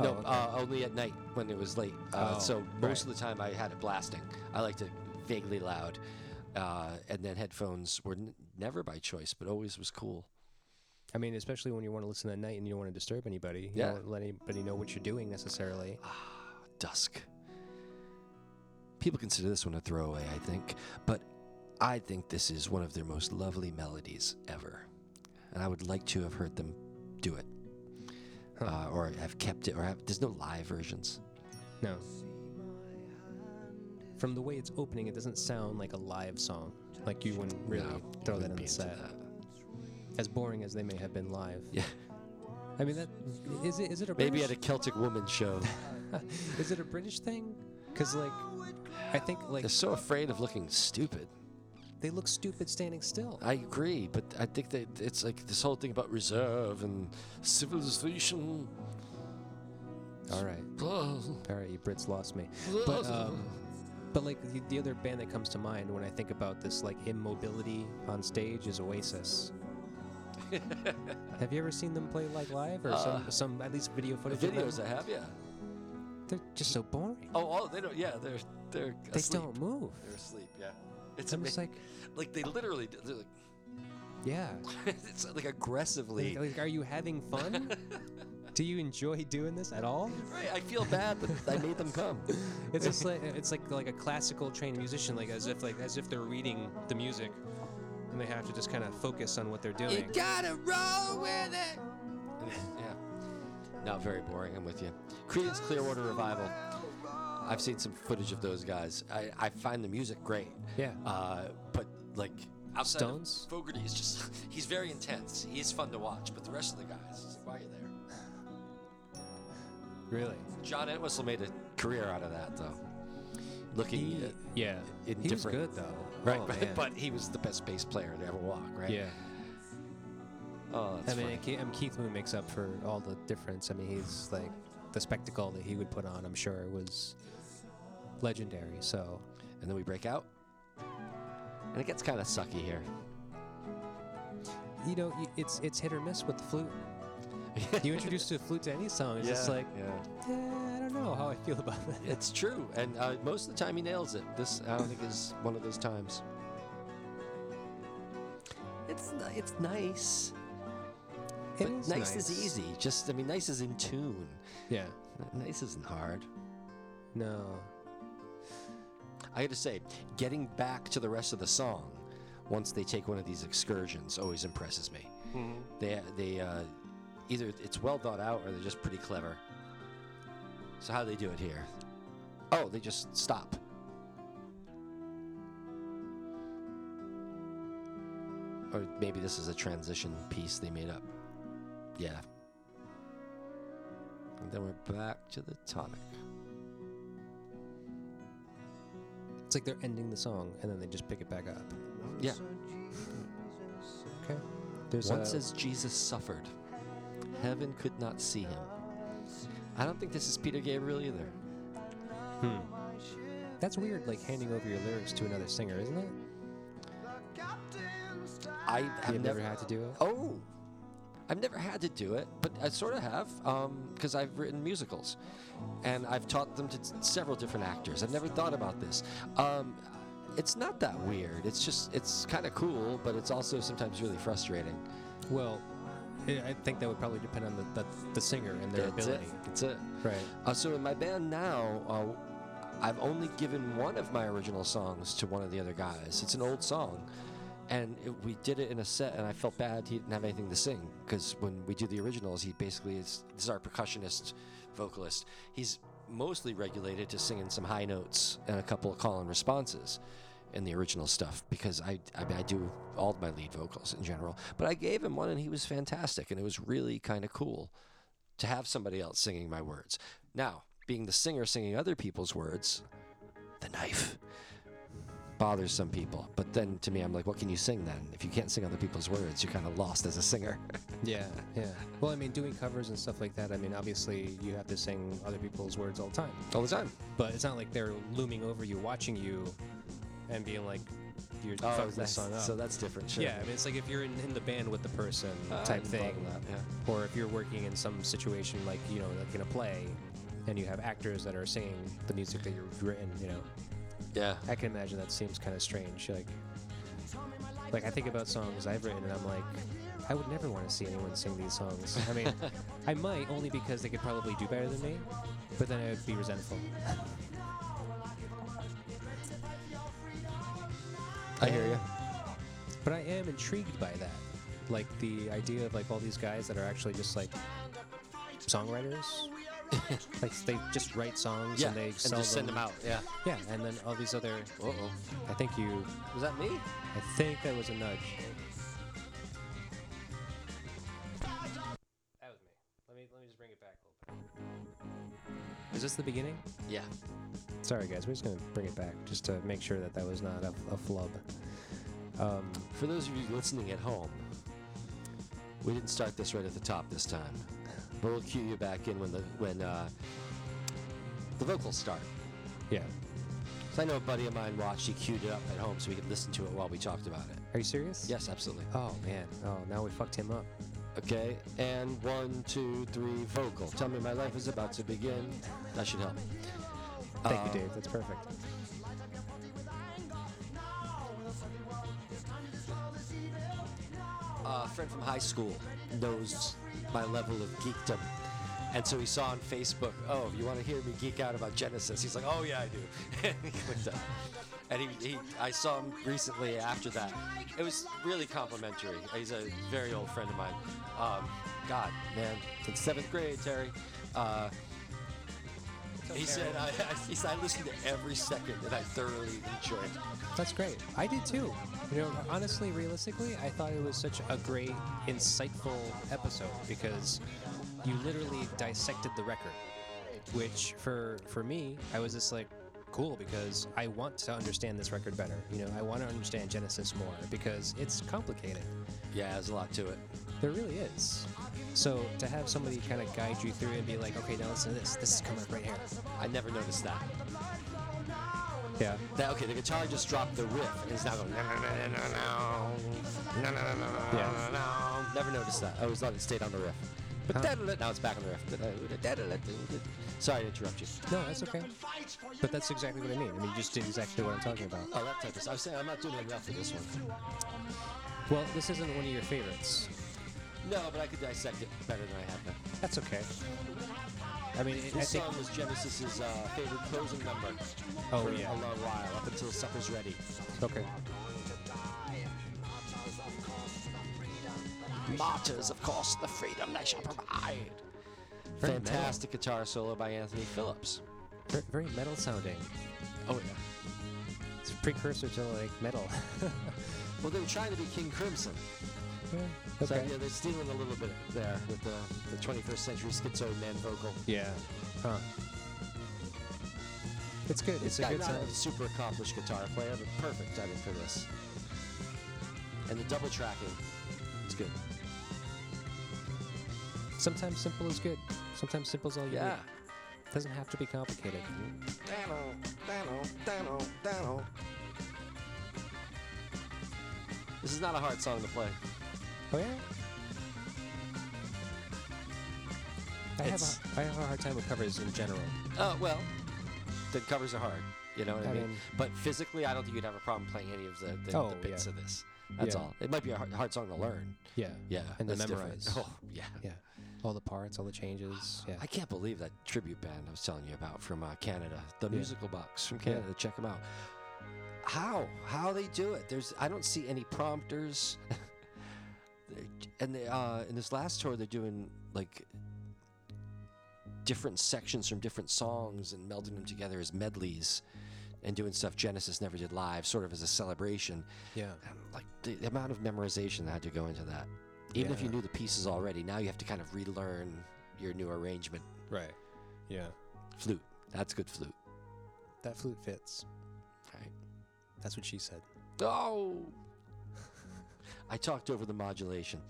Oh,
Nope.
okay.
Uh, only at night when it was late. Uh,
Oh,
so most
right.
of the time I had it blasting. I liked it vaguely loud. Uh, and then headphones were n- never by choice, but always was cool.
I mean, especially when you want to listen at night and you don't want to disturb anybody. You
Yeah.
don't let anybody know what you're doing necessarily.
Dusk. People consider this one a throwaway, I think, but I think this is one of their most lovely melodies ever. And I would like to have heard them do it. Uh, or have kept it, or have, there's no live versions.
No. From the way it's opening, it doesn't sound like a live song. Like you wouldn't really
No,
throw that in the
wouldn't be into
set.
that.
As boring as they may have been live.
Yeah,
I mean, that is it. Is it a
maybe at a
British,
Celtic woman show.
is it a British thing? Because like, I think like
They're so afraid of looking stupid.
they look stupid standing still.
I agree, but I think that it's like this whole thing about reserve and civilization.
All right,
Blah.
all right, you Brits lost me. But um, but like the, the other band that comes to mind when I think about this like immobility on stage is Oasis. have you ever seen them play like live or some some at least video
The
footage? of them?
Uh, videos I have, yeah.
They're just so boring.
Oh, oh, they don't. Yeah, they're they're
They
asleep.
don't move.
They're asleep. Yeah, it's
I'm just
amazing.
like,
Like, they literally, do- they're like,
yeah.
it's like aggressively.
Like, like, are you having fun? Do you enjoy doing this at all?
Right, I feel bad, but I made them come.
It's just like it's like like a classical trained musician, like as if like as if they're reading the music, and they have to just kind of focus on what they're
You
doing.
gotta roll with it.
yeah. Not very boring. I'm with you. Creedence Clearwater Revival. I've seen some footage of those guys. I, I find the music great.
Yeah.
Uh, but like outside
Stones?
of Fogerty is just he's very intense. He is fun to watch, but the rest of the guys, it's like, why are you there?
Really?
John Entwistle made a career out of that though. Looking at,
yeah. He
in
was
different-
good though.
right,
Oh,
but,
man.
but he was the best bass player to ever walk, right?
yeah.
Oh, that's
I mean,
funny.
Ke- I mean, Keith Moon makes up for all the difference. I mean, he's like the spectacle that he would put on. I'm sure was legendary. So
And then we break out. And it gets kind of sucky here.
you know, y- it's it's hit or miss with the flute. you introduce the flute to any song, it's just like
yeah.
eh, I don't know how I feel about that.
It's true, and uh, most of the time he nails it. This I don't think is one of those times. It's ni- it's nice,
It
but
is
nice, is easy. Just I mean, nice is in tune.
Yeah.
N- Nice isn't hard.
No.
I got to say, getting back to the rest of the song once they take one of these excursions always impresses me. They they uh, either it's well thought out or they're just pretty clever. So how do they do it here? Oh, they just stop. Or maybe this is a transition piece they made up. Yeah. And then we're back to the tonic.
It's like they're ending the song and then they just pick it back up.
Yeah.
Okay. There's
One
a,
says Jesus suffered. Heaven could not see him. I don't think this is Peter Gabriel either.
that's weird, like handing over your lyrics to another singer, isn't it?
I have
You've never had to do it.
Oh, I've never had to do it, but I sort of have because I've written musicals, and I've taught them to s- several different actors. I've never thought about this. Um, it's not that weird. It's just it's kind of cool, but it's also sometimes really frustrating.
Well, I I think that would probably depend on the the, the singer and their
That's
ability.
it. That's it.
Right.
Uh, so in my band now, uh, I've only given one of my original songs to one of the other guys. It's an old song, and it, we did it in a set, and I felt bad he didn't have anything to sing because when we do the originals, he basically is this is our percussionist vocalist. He's mostly regulated to singing some high notes and a couple of call and responses in the original stuff because I I, mean, I do all of my lead vocals in general, but I gave him one and he was fantastic, and it was really kind of cool to have somebody else singing my words. Now, being the singer singing other people's words, the knife bothers some people. But then to me, I'm like, what can you sing then? If you can't sing other people's words, you're kind of lost as a singer.
Yeah. Yeah. Well, I mean, doing covers and stuff like that. I mean, obviously you have to sing other people's words all the time,
All the time.
but it's not like they're looming over you, watching you, and being like, "You're fucking this song Oh, up."
so Oh, that's different. Sure.
Yeah, I mean, it's like if you're in, in the band with the person
Uh, I
type
hadn't thought
thing,
of that, yeah.
or if you're working in some situation like you know, like in a play, and you have actors that are singing the music that you've written, you know,
yeah.
I can imagine that seems kind of strange. Like, like I think about songs I've written, and I'm like, I would never want to see anyone sing these songs. I mean, I might only because they could probably do better than me, but then I would be resentful.
I hear you.
But I am intrigued by that, like the idea of like all these guys that are actually just like songwriters. like they just write songs
Yeah.
and they sell
just
them.
send them out. Yeah.
Yeah, and then all these other.
Uh oh.
I think you.
Was that me?
I think that was a nudge. That was me. Let me let me just bring it back a little bit. Is this the beginning?
Yeah.
Sorry guys, we're just gonna bring it back just to make sure that that was not a, a flub. Um,
For those of you listening at home, we didn't start this right at the top this time, but we'll cue you back in when the when uh, the vocals start.
yeah.
So I know a buddy of mine watched. He queued it up at home so we could listen to it while we talked about it.
Are you serious?
Yes, absolutely.
Oh man. Oh, now we fucked him up.
Okay, and one, two, three, vocal. Tell me my life is about to begin. That should help.
Thank
Uh,
you, Dave. That's perfect.
a friend from high school knows my level of geekdom. And so he saw on Facebook, oh, you want to hear me geek out about Genesis? He's like, oh, yeah, I do. and he clicked on. And he, he, I saw him recently after that. It was really complimentary. He's a very old friend of mine. Um, God, man, since seventh grade, Terry. Uh, he said, I, I, he said, I listened to every second and I thoroughly enjoyed it.
That's great. I did too. You know, honestly, realistically, I thought it was such a great, insightful episode because you literally dissected the record, which for for me, I was just like, cool because I want to understand this record better. You know, I want to understand Genesis more because it's complicated.
Yeah, there's a lot to it.
There really is. So to have somebody kind of guide you through and be like, okay, now listen to this. This is coming up right here.
I never noticed that.
Yeah.
That, okay, the guitar just dropped the riff, and it's now going.
Yeah.
Never noticed that. I always thought it stayed on the riff. But
Huh.
da-da-da- now it's back on the riff. Sorry to interrupt you.
No, that's okay. But that's exactly what I mean. I mean, you just did exactly what I'm talking about.
Oh, that type of stuff. I was saying I'm not doing enough for this one.
Well, this isn't one of your favorites.
No, but I could dissect it better than I have been.
That's okay. I mean, it, I
This
think.
song was Genesis's uh, favorite closing number
Oh,
for
yeah.
a long while, up until Supper's Ready.
Okay.
Martyrs, of course, the freedom they shall provide.
Very
Fantastic guitar solo by Anthony Phillips.
Very, very metal sounding.
Oh, yeah.
It's a precursor to like metal.
Well, they were trying to be King Crimson, So
Okay.
yeah, they're stealing a little bit there with the, the 21st century schizoid man vocal.
Yeah. Huh. It's good. It's,
It's
a
got
good
not
sound.
a super accomplished guitar player, but perfect, I think, for this. And the double tracking, it's good.
Sometimes simple is good. Sometimes simple's all you
Yeah.
need. Doesn't have to be complicated.
Dano, Dano, Dano, Dano. This is not a hard song to play.
Oh yeah. I have,
It's-
a, I have a hard time with covers in general.
Oh well, the covers are hard. You know what I,
Uh, I
mean?
mean-
But physically, I don't think you'd have a problem playing any of the, the,
Oh,
the bits
yeah.
of this. That's
Yeah.
all. It might be a hard, hard song to learn.
Yeah.
Yeah,
And to
that's different.
memorize.
Oh yeah.
Yeah. All the parts, all the changes. Yeah.
I can't believe that tribute band I was telling you about from uh, Canada, the
Yeah.
Musical Box from Canada. Check them out. How how they do it? There's I don't see any prompters. They- and they, uh, in this last tour, they're doing like different sections from different songs and melding them together as medleys, and doing stuff Genesis never did live, sort of as a celebration.
yeah.
And, like the, the amount of memorization that had to go into that. Even if you
Yeah.
knew the pieces already, now you have to kind of relearn your new arrangement.
Right. Yeah.
Flute. That's good flute.
That flute fits.
Right.
That's what she said.
Oh. I talked over the modulation.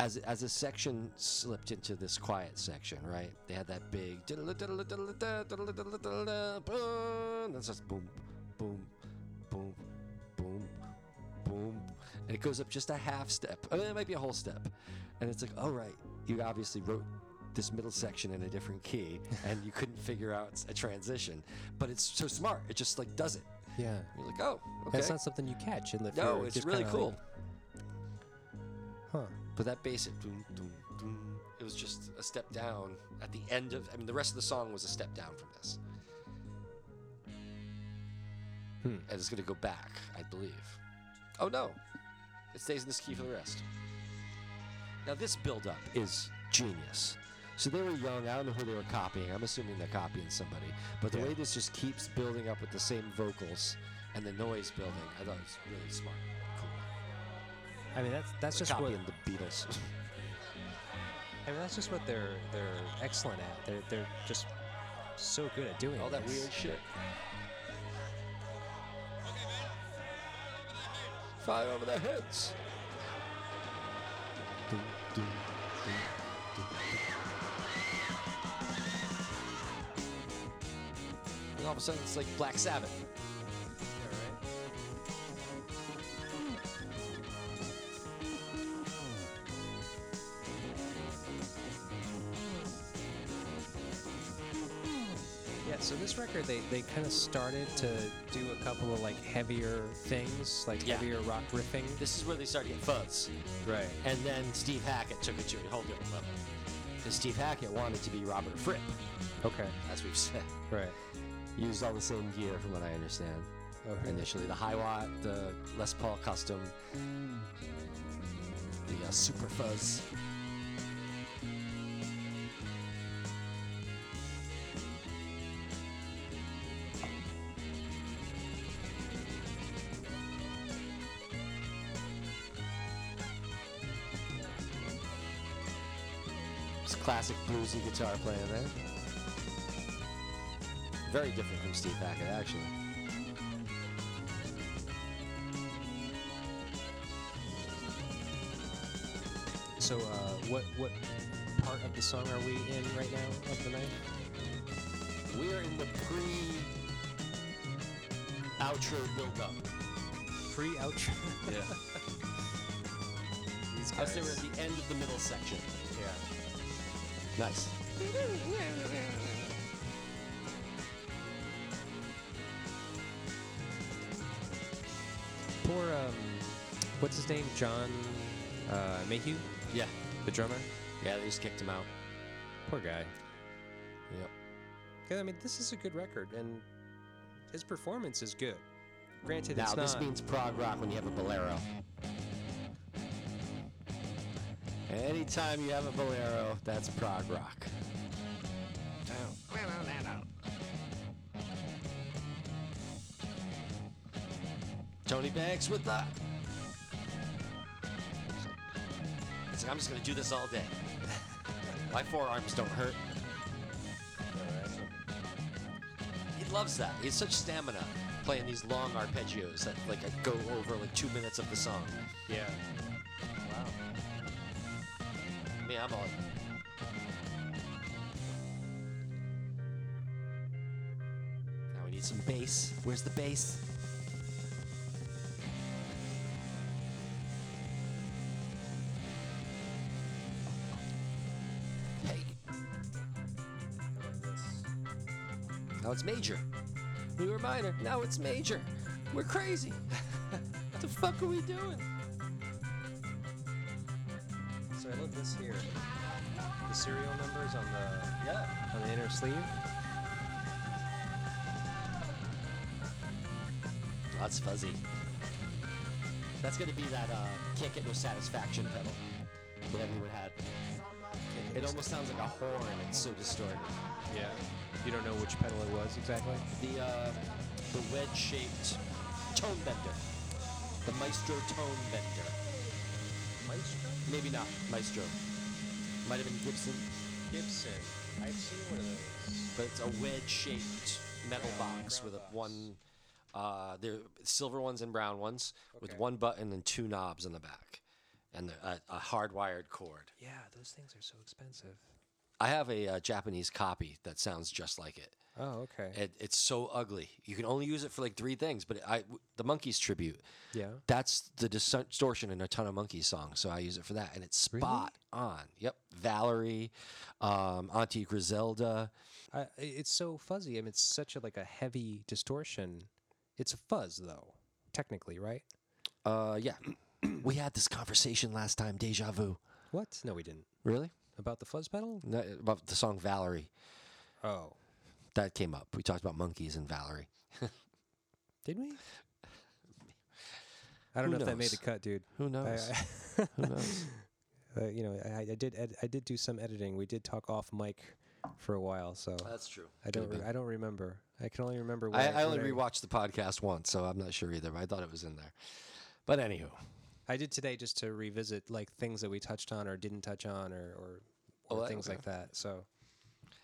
As as a section slipped into this quiet section, right? They had that big that's just boom, boom, boom, boom, boom. And it goes up just a half step. I mean, it might be a whole step. And it's like, all right, you obviously wrote this middle section in a different key and you couldn't figure out a transition. But it's so smart. It just like does it.
Yeah.
You're like, oh, okay.
That's not something you catch in the
no, it's really cool.
huh.
but that bass, it, doom, doom, doom, it was just a step down at the end of. I mean, the rest of the song was a step down from this.
Hmm.
And it's going to go back, I believe. Oh, no. It stays in this key for the rest. Now, this buildup is genius. So they were young. I don't know who they were copying. I'm assuming they're copying somebody. But the
Yeah.
way this just keeps building up with the same vocals and the noise building, I thought it was really smart. Cool.
I mean, that's that's just what
copying the Beatles.
I mean, that's just what they're they're excellent at. They're they're just so good at doing
All that
this.
weird shit. Fire over their heads. And all of a sudden, it's like Black Sabbath.
Yeah, so this record they, they kind of started to do a couple of like heavier things, like
Yeah.
heavier rock riffing.
This is where they started getting fuzz.
Right.
And then Steve Hackett took it to a whole different level. Because Steve Hackett wanted to be Robert Fripp,
Okay.
as we've said.
Right.
Used all the same gear, from what I understand.
Okay.
initially the high watt the les paul custom the uh, super fuzz It's classic bluesy guitar playing there very different from steve hackett actually
So uh, what what part of the song are we in right now of the night?
We're in the pre outro build-up.
Pre outro.
Yeah. I say we're at the end of the middle section.
Yeah.
Nice.
Poor um, what's his name? John uh, Mayhew,
Yeah.
the drummer.
Yeah, they just kicked him out.
Poor guy.
Yep.
Yeah, I mean, this is a good record, and his performance is good. Granted,
now
it's
this
not.
means prog rock when you have a bolero. Anytime you have a bolero, that's prog rock. Tony Banks with the It's like, I'm just going to do this all day. My forearms don't hurt. He loves that. He has such stamina playing these long arpeggios that like go over like two minutes of the song.
Yeah.
Wow. Me, I'm all. Now we need some bass. Where's the bass? Hey. Now it's major. We were minor. Now it's major. We're crazy. what the fuck are we doing?
So I love this here. The serial numbers on the
Yeah.
on the inner sleeve.
That's fuzzy. That's gonna be that uh, "Can't Get No Satisfaction" pedal that everyone had. It almost sounds like a horn. It's so distorted.
Yeah. You don't know which pedal it was exactly.
The uh, the wedge-shaped tone bender, the Maestro tone bender.
Maestro
Maybe not Maestro. Might have been Gibson,
Gibson. I've seen one of those.
but it's a wedge-shaped metal box with a one. Uh, they're silver ones and brown ones with
Okay.
one button and two knobs on the back, and the, a, a hardwired cord.
Yeah, those things are so expensive.
I have a uh, Japanese copy that sounds just like it.
Oh, okay.
it. It's so ugly. You can only use it for like three things. But I, the Monkeys tribute,
yeah.
that's the distortion in a ton of Monkeys songs. So I use it for that, and it's
Really?
spot on. Yep, Valerie, um, Auntie Griselda.
I, i- it's so fuzzy. I mean, it's such a like a heavy distortion. It's a fuzz though, technically, right?
Uh, yeah, we had this conversation last time. Deja vu.
What? No, we didn't.
Really?
About the fuzz pedal?
No, about the song Valerie
Oh,
that came up. We talked about Monkeys and Valerie.
did we? I don't
Who
know if that made the
knows?
cut, dude.
Who
I-
knows?
I-
Who knows?
uh, you know, I, I did ed- I did do some editing. We did talk off mic for a while, so
That's true.
I don't re- I don't remember. I can only remember. When
I, I only
when
rewatched the podcast once, so I'm not sure either. But I thought it was in there. But anywho,
I did today just to revisit like things that we touched on or didn't touch on or or,
Oh,
or
that-
things
okay.
like that. So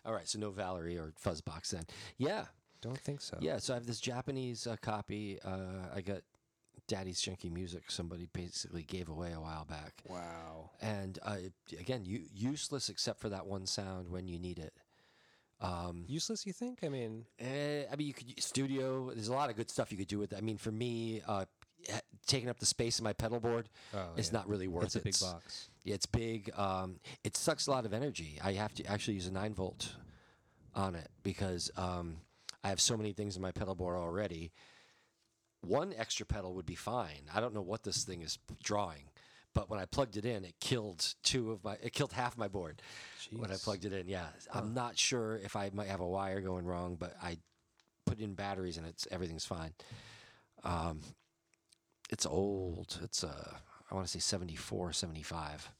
all right. So no Valerie or Fuzzbox then. Yeah,
don't think so.
yeah. So I have this Japanese uh, copy. Uh, I got Daddy's Junky Music. Somebody basically gave away a while back,
Wow.
and uh, it- again, u- useless except for that one sound when you need it. Um,
Useless, you think? I mean,
eh, I mean, you could studio. There's a lot of good stuff you could do with it. I mean, for me, uh, eh, taking up the space in my pedal board,
Oh,
it's
yeah.
not really worth
it's a
it.
big box.
Yeah, it's big. Um, it sucks a lot of energy. I have to actually use a nine volt on it because um, I have so many things in my pedal board already. One extra pedal would be fine. I don't know what this thing is drawing, but when I plugged it in, it killed two of my. It killed half my board when I
Jeez.
plugged it in. Yeah, I'm not sure if I might have a wire going wrong, but I put in batteries and it's everything's fine. Um, it's old. It's uh, I want to say 74, 75.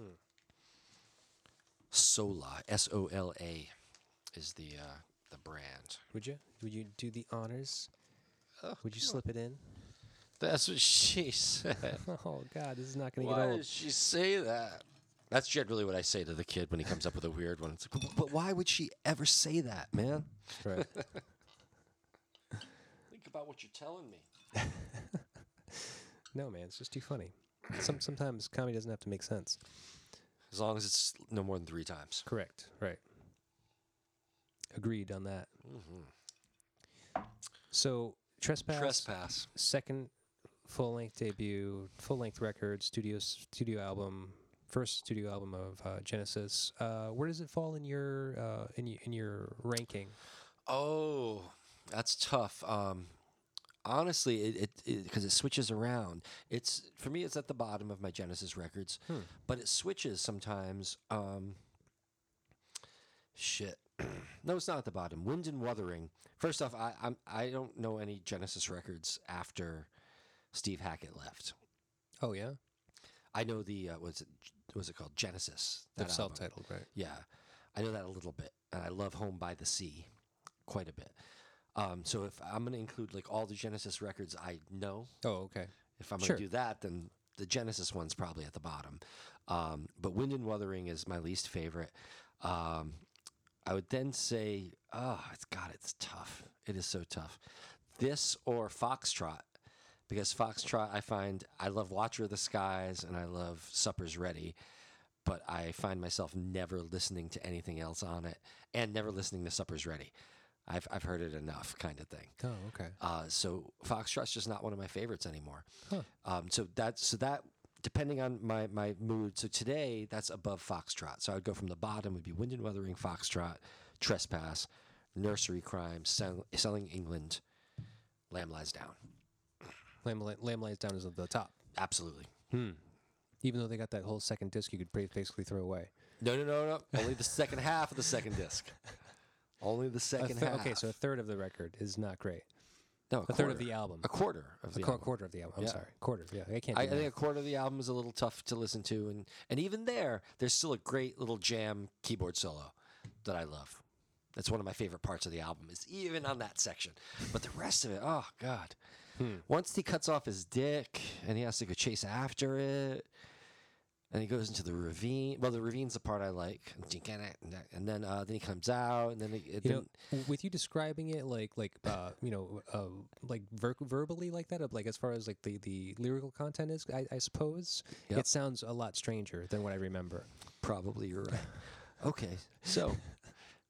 Hmm. Sola, S O L A, is the uh, the brand.
Would you? Would you do the honors?
Oh,
Would you slip it in?
That's what she said.
Oh God, this is not going to get
why
old.
did she say that? That's generally what I say to the kid when he comes up with a weird one. It's like, "But- but why would she ever say that, man?
Right.
Think about what you're telling me.
no, man, it's just too funny. Some sometimes comedy doesn't have to make sense.
As long as it's no more than three times.
Correct. Right. Agreed on that. So trespass.
Mm-hmm. Trespass.
second full length debut, full length record, studio studio album, first studio album of uh, Genesis. Uh, where does it fall in your uh, in y- in your ranking?
Oh, that's tough. Um, honestly, it it because it, switches around. It's for me, it's at the bottom of my Genesis records, but it switches sometimes. Um, shit. no, it's not at the bottom. Wind and Wuthering. First off, I I'm, I don't know any Genesis records after Steve Hackett left.
Oh yeah,
I know the uh, was it was it called Genesis?
that's
that
self
album.
titled, right?
Yeah, I know that a little bit, and I love Home by the Sea quite a bit. Um, so if I'm going to include like all the Genesis records I know,
Oh okay,
if I'm
Sure.
going to do that, then the Genesis one's probably at the bottom. Um, but Wind and Wuthering is my least favorite. Um, I would then say, oh, it's, God, it's tough. It is so tough. This or Foxtrot, because Foxtrot, I find I love Watcher of the Skies and I love Supper's Ready, but I find myself never listening to anything else on it and never listening to Supper's Ready. I've, I've heard it enough, kind of thing.
Oh, okay.
Uh, so Foxtrot's just not one of my favorites anymore. Um, so that so that depending on my my mood. So today that's above Foxtrot. So I would go from the bottom would be Wind and Weathering, Foxtrot, Trespass, Nursery Crime, Sell, Selling England, Lamb Lies Down.
Lamb, Li- Lamb Lies Down is at the top.
Absolutely.
Even though they got that whole second disc, you could pretty basically throw away.
No, no, no, no. Only the second half of the second disc. Only the
A
second
thir-
half.
okay, so a third of the record is not great.
no,
A third of
quarter.
the album.
A quarter of the
Qu-
album.
quarter of the album. I'm
Yeah.
sorry. Quarter. Yeah, I can't.
I, I
do math.
think a quarter of the album is a little tough to listen to, and and even there, there's still a great little jam keyboard solo that I love. That's one of my favorite parts of the album. Is even on that section, but the rest of it, oh god!
Hmm.
Once he cuts off his dick and he has to go chase after it, and he goes into the ravine. Well, the ravine's the part I like, and then uh, then he comes out, and then it, it
you
then-
know, w- with you describing it like like uh, you know uh, like ver- verbally like that, uh, like as far as like the, the lyrical content is, I, I suppose
Yep.
it sounds a lot stranger than what I remember.
probably you're right. okay, so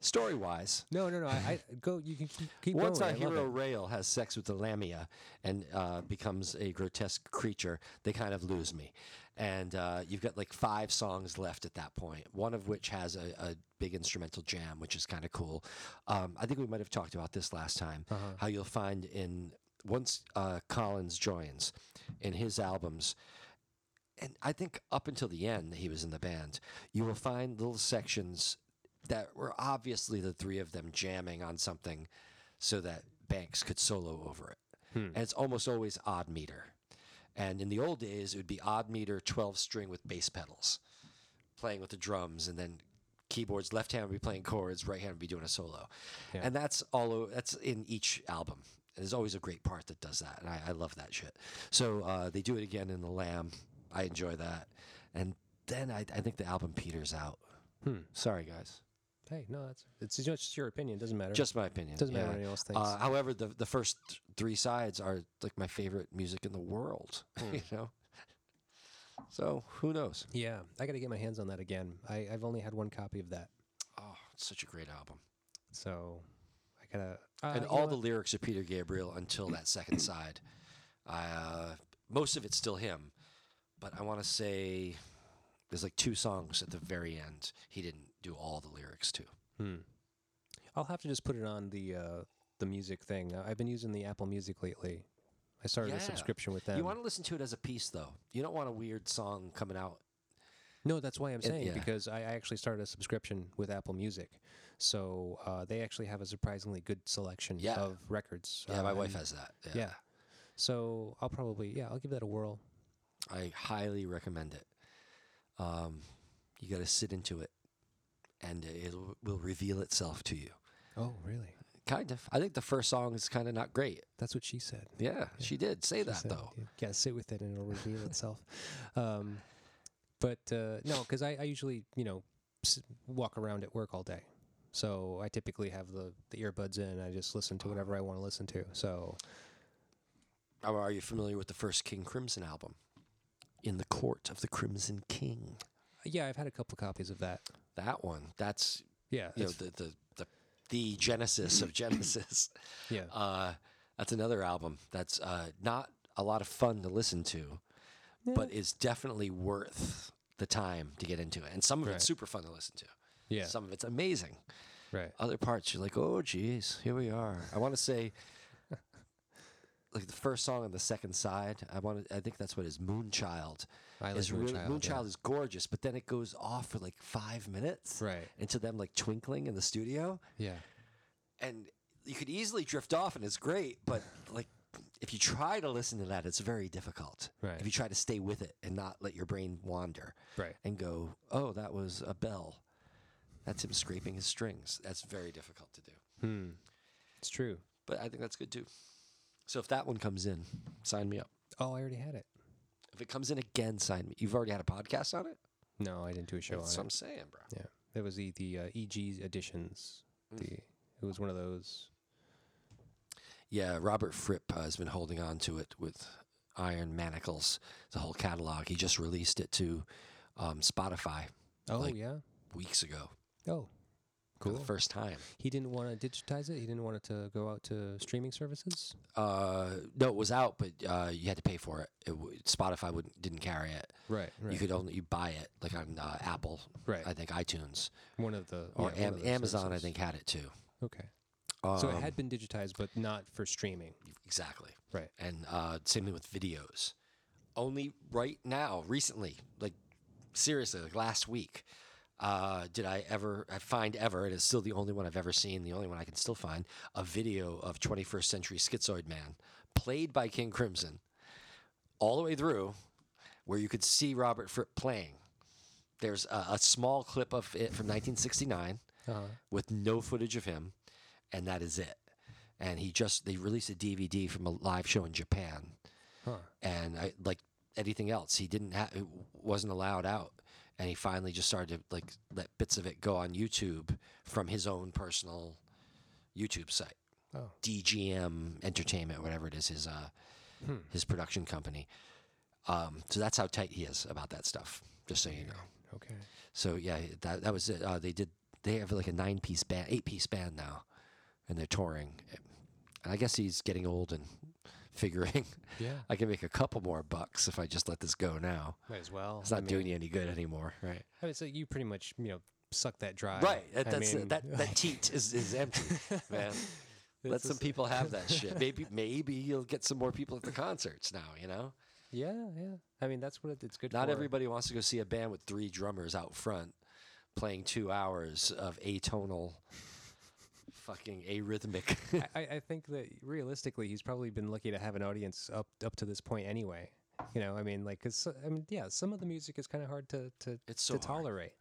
story wise.
No, no, no. I, I go. You can keep, keep
Once
going.
our
I love
hero
it.
Rail has sex with the Lamia and uh, becomes a grotesque creature, they kind of lose me. And uh, you've got like five songs left at that point, one of which has a, a big instrumental jam, which is kind of cool. Um, I think we might have talked about this last time
Uh-huh.
how you'll find in once uh, Collins joins in his albums, and I think up until the end he was in the band, you will find little sections that were obviously the three of them jamming on something so that Banks could solo over it.
Hmm.
And it's almost always odd meter. And in the old days, it would be odd meter 12 string with bass pedals, playing with the drums, and then keyboards. Left hand would be playing chords, right hand would be doing a solo. And that's all. o- That's in each album. And there's always a great part that does that, and I, I love that shit. So uh, they do it again in the Lamb. I enjoy that. And then I, I think the album peters out.
Hmm.
Sorry, guys.
Hey, no, that's it's just your opinion. Doesn't matter.
Just my opinion.
Doesn't matter what anyone else thinks.
Uh, however, the the first th- three sides are like my favorite music in the world. you know. So who knows?
yeah, I got to get my hands on that again. I, I've only had one copy of that,
Oh, it's such a great album.
so I gotta. Uh,
and
you
all
know
the
what?
lyrics are Peter Gabriel until that second side. Uh, most of it's still him, but I want to say there's like two songs at the very end he didn't do all the lyrics to.
I'll have to just put it on the uh, the music thing. Uh, I've been using the Apple Music lately. I started a
Yeah.
subscription with them.
You want to listen to it as a piece, though. You don't want a weird song coming out.
No, that's why I'm saying
yeah.
because I, I actually started a subscription with Apple Music, so uh, they actually have a surprisingly good selection
Yeah.
of records.
Yeah,
uh,
my wife
and-
has that.
Yeah. so I'll probably yeah I'll give that a whirl.
I highly recommend it. Um, you got to sit into it, and it will reveal itself to you.
Oh, really?
Kind of. I think the first song is kind of not great.
That's what she said.
Yeah, she did say that
So,
though.
yeah, gotta sit with it and it'll reveal itself. Um, but uh, no, because I, I usually you know s- walk around at work all day. So I typically have the, the earbuds in. and I just listen to whatever I want to listen to. So
Are, are you familiar with the first King Crimson album? In the Court of the Crimson King.
yeah, I've had a couple copies of that.
That one. That's
Yeah,
you know
it's-
the the the, the genesis of Genesis.
yeah.
Uh, that's another album that's uh, not a lot of fun to listen to, but is definitely worth the time to get into it. And some of
Right.
it's super fun to listen to.
Yeah.
Some of it's amazing.
right.
Other parts, you're like, oh, geez, here we are. I want to say, like the first song on the second side. I want. I think that's what is Moonchild.
I
is
like
really-
Moonchild,
Moonchild
yeah.
is gorgeous, but then it goes off for like five minutes.
Right.
Into them like twinkling in the studio
Yeah.
and you could easily drift off and it's great but like if you try to listen to that it's very difficult
Right.
if you try to stay with it and not let your brain wander
Right.
and go oh that was a bell that's him scraping his strings that's very difficult to do
It's true.
but i think that's good too so if that one comes in sign me up
Oh, I already had it.
If it comes in again, sign me. You've already had a podcast on it.
No, I didn't do a show
That's what
on
I'm
it.
saying, bro.
Yeah, that was the the uh, EG editions.
Mm.
The it was one of those.
Yeah, Robert Fripp has been holding on to it with Iron Manacles, the whole catalog. He just released it to um, Spotify
Oh
Like-
yeah.
weeks ago
Oh, cool.
for the first time.
he didn't want to digitize it. He didn't want it to go out to streaming services.
Uh, no, it was out, but uh, you had to pay for it. it w- Spotify wouldn't didn't carry it.
Right.
You could only you buy it like on uh, Apple,
Right.
I think iTunes
one of the
or
yeah, one
Am-
of those
Amazon. I
services.
think had it too.
Okay.
Um,
So it had been digitized, but not for streaming.
exactly
Right.
and uh, same thing with videos. Only right now, recently, like seriously, like last week, uh, did I ever I find ever, and it's still the only one I've ever seen, the only one I can still find, a video of 21st Century Schizoid Man played by King Crimson, all the way through, where you could see Robert Fripp playing. There's a, a small clip of it from 1969
Uh-huh.
with no footage of him, and that is it. And he just they released a DVD from a live show in Japan,
Huh.
and I, like anything else, he didn't ha- it wasn't allowed out, and he finally just started to like let bits of it go on YouTube from his own personal YouTube site,
Oh.
DGM Entertainment, whatever it is, his uh,
Hmm.
his production company. Um, so that's how tight he is about that stuff. Just so you know.
Okay.
So yeah, that that was it. Uh, they did. They have like a nine piece band, eight piece band now, and they're touring. And I guess he's getting old and figuring
Yeah.
I can make a couple more bucks if I just let this go now.
Might as well.
It's not doing you any good anymore, right?
I mean, so you pretty much you know suck that dry.
Right. That,
I
that's
mean,
that that teat is, is empty, man. Let
it's
some
just-
people have that shit. Maybe maybe you'll get some more people at the concerts now. You know,
Yeah, yeah. I mean, that's what it, it's good.
not
for.
everybody wants to go see a band with three drummers out front playing two hours of atonal, fucking arrhythmic.
I, I think that realistically, he's probably been lucky to have an audience up up to this point anyway. You know, I mean, like, cause so- I mean, yeah, some of the music is kind of hard to to
It's so
to
hard.
tolerate.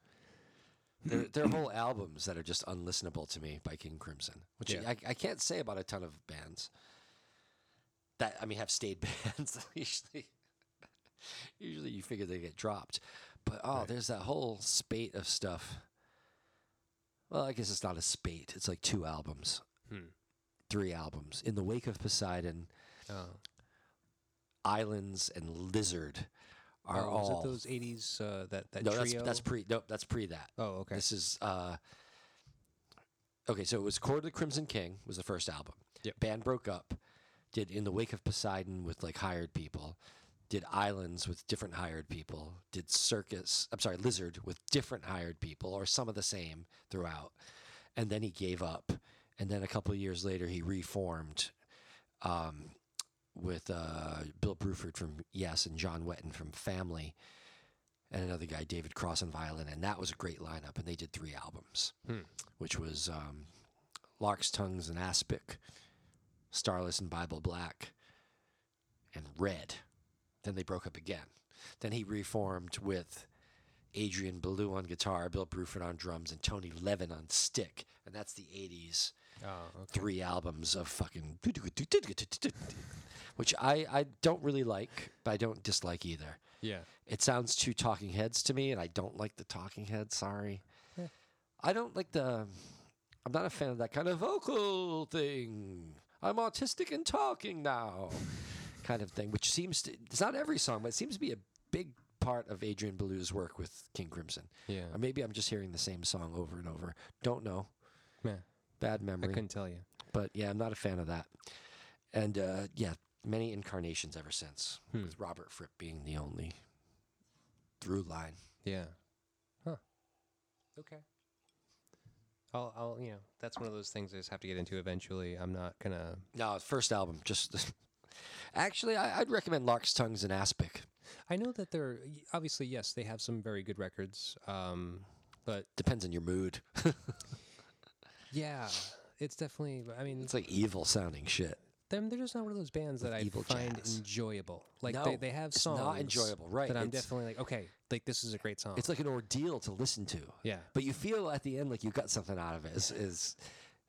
there, there are whole albums that are just unlistenable to me by King Crimson, which
Yeah.
I, I can't say about a ton of bands that I mean have stayed bands. usually, usually you figure they get dropped, but oh, there's that whole spate of stuff. Well, I guess it's not a spate. It's like two albums,
Hmm.
three albums. In the wake of Poseidon,
Oh.
Islands and Lizard are
Oh, was
all
it those '80s uh, that that
no.
trio?
That's that's pre. No, that's pre that.
oh, okay.
This is uh Okay, so it was Court of the Crimson King was the first album.
Yep.
Band broke up, did In the Wake of Poseidon with like hired people, did Islands with different hired people, did Circus I'm sorry, Lizard with different hired people, or some of the same throughout. And then he gave up. And then a couple of years later he reformed um with uh, Bill Bruford from Yes and John Wetton from Family and another guy, David Cross on violin, and that was a great lineup. And they did three albums, which was um, Lark's Tongues and Aspic, Starless and Bible Black, and Red. Then they broke up again. Then he reformed with Adrian Ballou on guitar, Bill Bruford on drums, and Tony Levin on stick, and that's the '80s
oh, okay.
three albums of fucking which I, I don't really like but i don't dislike either
Yeah.
it sounds too talking heads to me and i don't like the talking heads sorry i don't like the i'm not a fan of that kind of vocal thing i'm autistic and talking now kind of thing which seems to it's not every song but it seems to be a big part of adrian blue's work with king crimson
Yeah.
or maybe i'm just hearing the same song over and over don't know
Meh.
bad
I
memory
couldn't tell you.
but yeah, I'm not a fan of that. And uh, yeah, many incarnations ever since, with Robert Fripp being the only through line.
Yeah. Huh. Okay. I'll, I'll, you know, that's one of those things I just have to get into eventually. I'm not gonna.
No, his first album, just actually, I, I'd recommend Lark's Tongues and Aspic.
I know that they're y- obviously yes, they have some very good records. Um, but
Depends on your mood.
yeah, it's definitely. I mean,
it's like evil sounding shit.
them they're just not one of those bands that I
evil
find
jazz.
enjoyable. Like
No,
they, they have
it's
songs
not enjoyable, right,
That I'm
it's-
definitely like okay, like this is a great song.
It's like an ordeal to listen to.
Yeah.
But you feel at the end like you got something out of it, is, is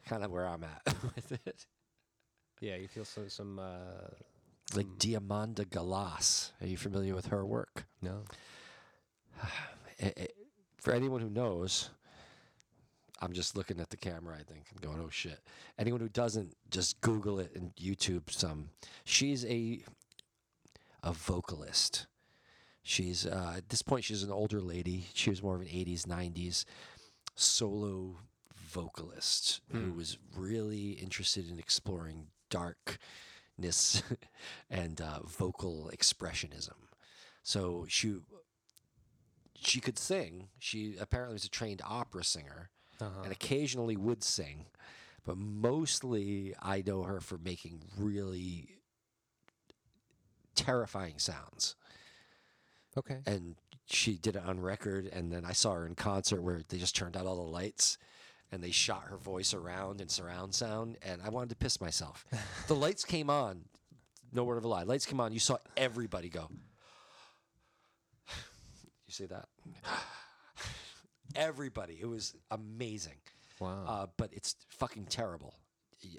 kind of where I'm at with it.
yeah, you feel so, some uh,
like Diamanda Galas. Are you familiar with her work?
No.
I- I- for anyone who knows, I'm just looking at the camera, I think, and going, oh shit. Anyone who doesn't, just Google it and YouTube some. She's a a vocalist. She's uh, at this point she's an older lady. She was more of an '80s, '90s solo vocalist who was really interested in exploring darkness and uh, vocal expressionism. So she she could sing. She apparently was a trained opera singer
uh-huh.
and occasionally would sing. But mostly I know her for making really terrifying sounds.
Okay.
And she did it on record and then I saw her in concert where they just turned out all the lights and they shot her voice around in surround sound and I wanted to piss myself. the lights came on. No word of a lie. Lights came on. You saw everybody go. you see that? everybody. It was amazing.
Wow.
Uh, but it's fucking terrible.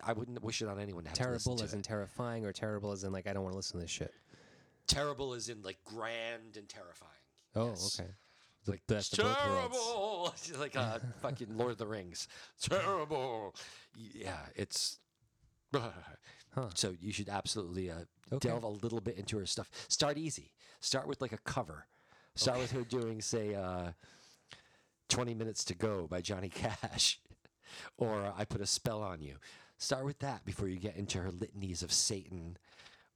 I wouldn't wish it on anyone to have to listen
terrible
to
as
it.
in terrifying, or terrible as in like I don't want to listen to this shit.
terrible as in like grand and terrifying.
Oh,
Yes.
okay.
Like
best of both worlds.
terrible, like uh, fucking Lord of the Rings. Terrible. Yeah, it's. So you should absolutely uh, delve a little bit into her stuff. Start easy. Start with like a cover. Start with her doing say, uh, "20 Minutes to Go" by Johnny Cash, or "I Put a Spell on You." Start with that before you get into her litanies of Satan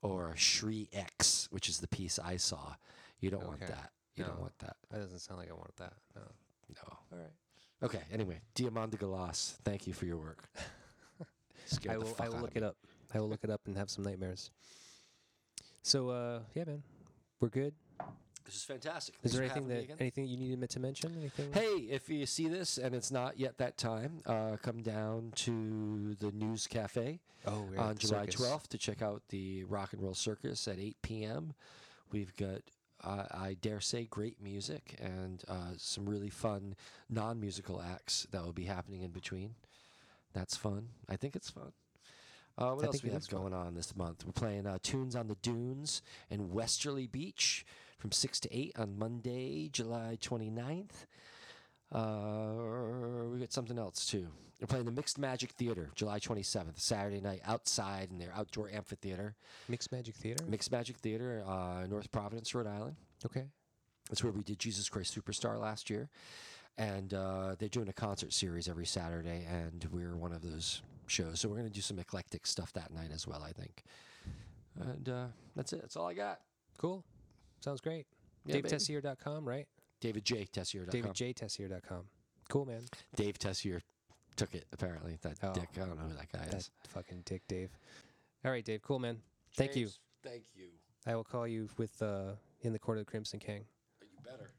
or Shri X, which is the piece I saw. You don't want
Okay.
that. You don't
No.
want that.
That doesn't sound like I want that. No. Oh.
No. All right. Okay. Anyway, Diamanda Galas, thank you for your work. Scared
I
the
will.
fuck
I will
out
look
of
it
me.
up. I will look it up and have some nightmares. So uh, yeah, man, we're good.
This is fantastic.
Is
Thanks
there
for
anything
having me
that
again.
anything you needed me to mention? Anything?
Hey, if you see this and it's not yet that time, uh, come down to the News Cafe
Oh, we're at
on
the
July
circus.
12th to check out the Rock and Roll Circus at 8 p.m. We've got, uh, I dare say, great music and uh, some really fun non musical acts that will be happening in between. That's fun. I think it's fun. Uh, what
I
else
think
we
it
have
is fun.
going on this month? We're playing uh, Tunes on the Dunes and Westerly Beach from 6 to 8 on Monday, July 29th. Uh, we got something else too. We're playing the Mixed Magic Theater, July 27th, Saturday night, outside in their outdoor amphitheater.
Mixed Magic Theater.
Mixed Magic Theater, uh, North Providence, Rhode Island.
okay.
That's where we did Jesus Christ Superstar last year. And uh, they're doing a concert series every Saturday, and we're one of those shows. So we're going to do some eclectic stuff that night as well, I think. And uh, that's it. That's all I got.
Cool. Sounds great.
Yeah, baby.
DaveTessier.com, right?
David J. Tessier.
DavidJTessier.com. Cool, man.
Dave Tessier took it, apparently. That
Oh.
dick. I don't know who that guy
That
is.
fucking dick, Dave. All right, Dave. Cool, man. Thank you.
Thank you.
I will call you with uh, in the court of the Crimson King.
You better.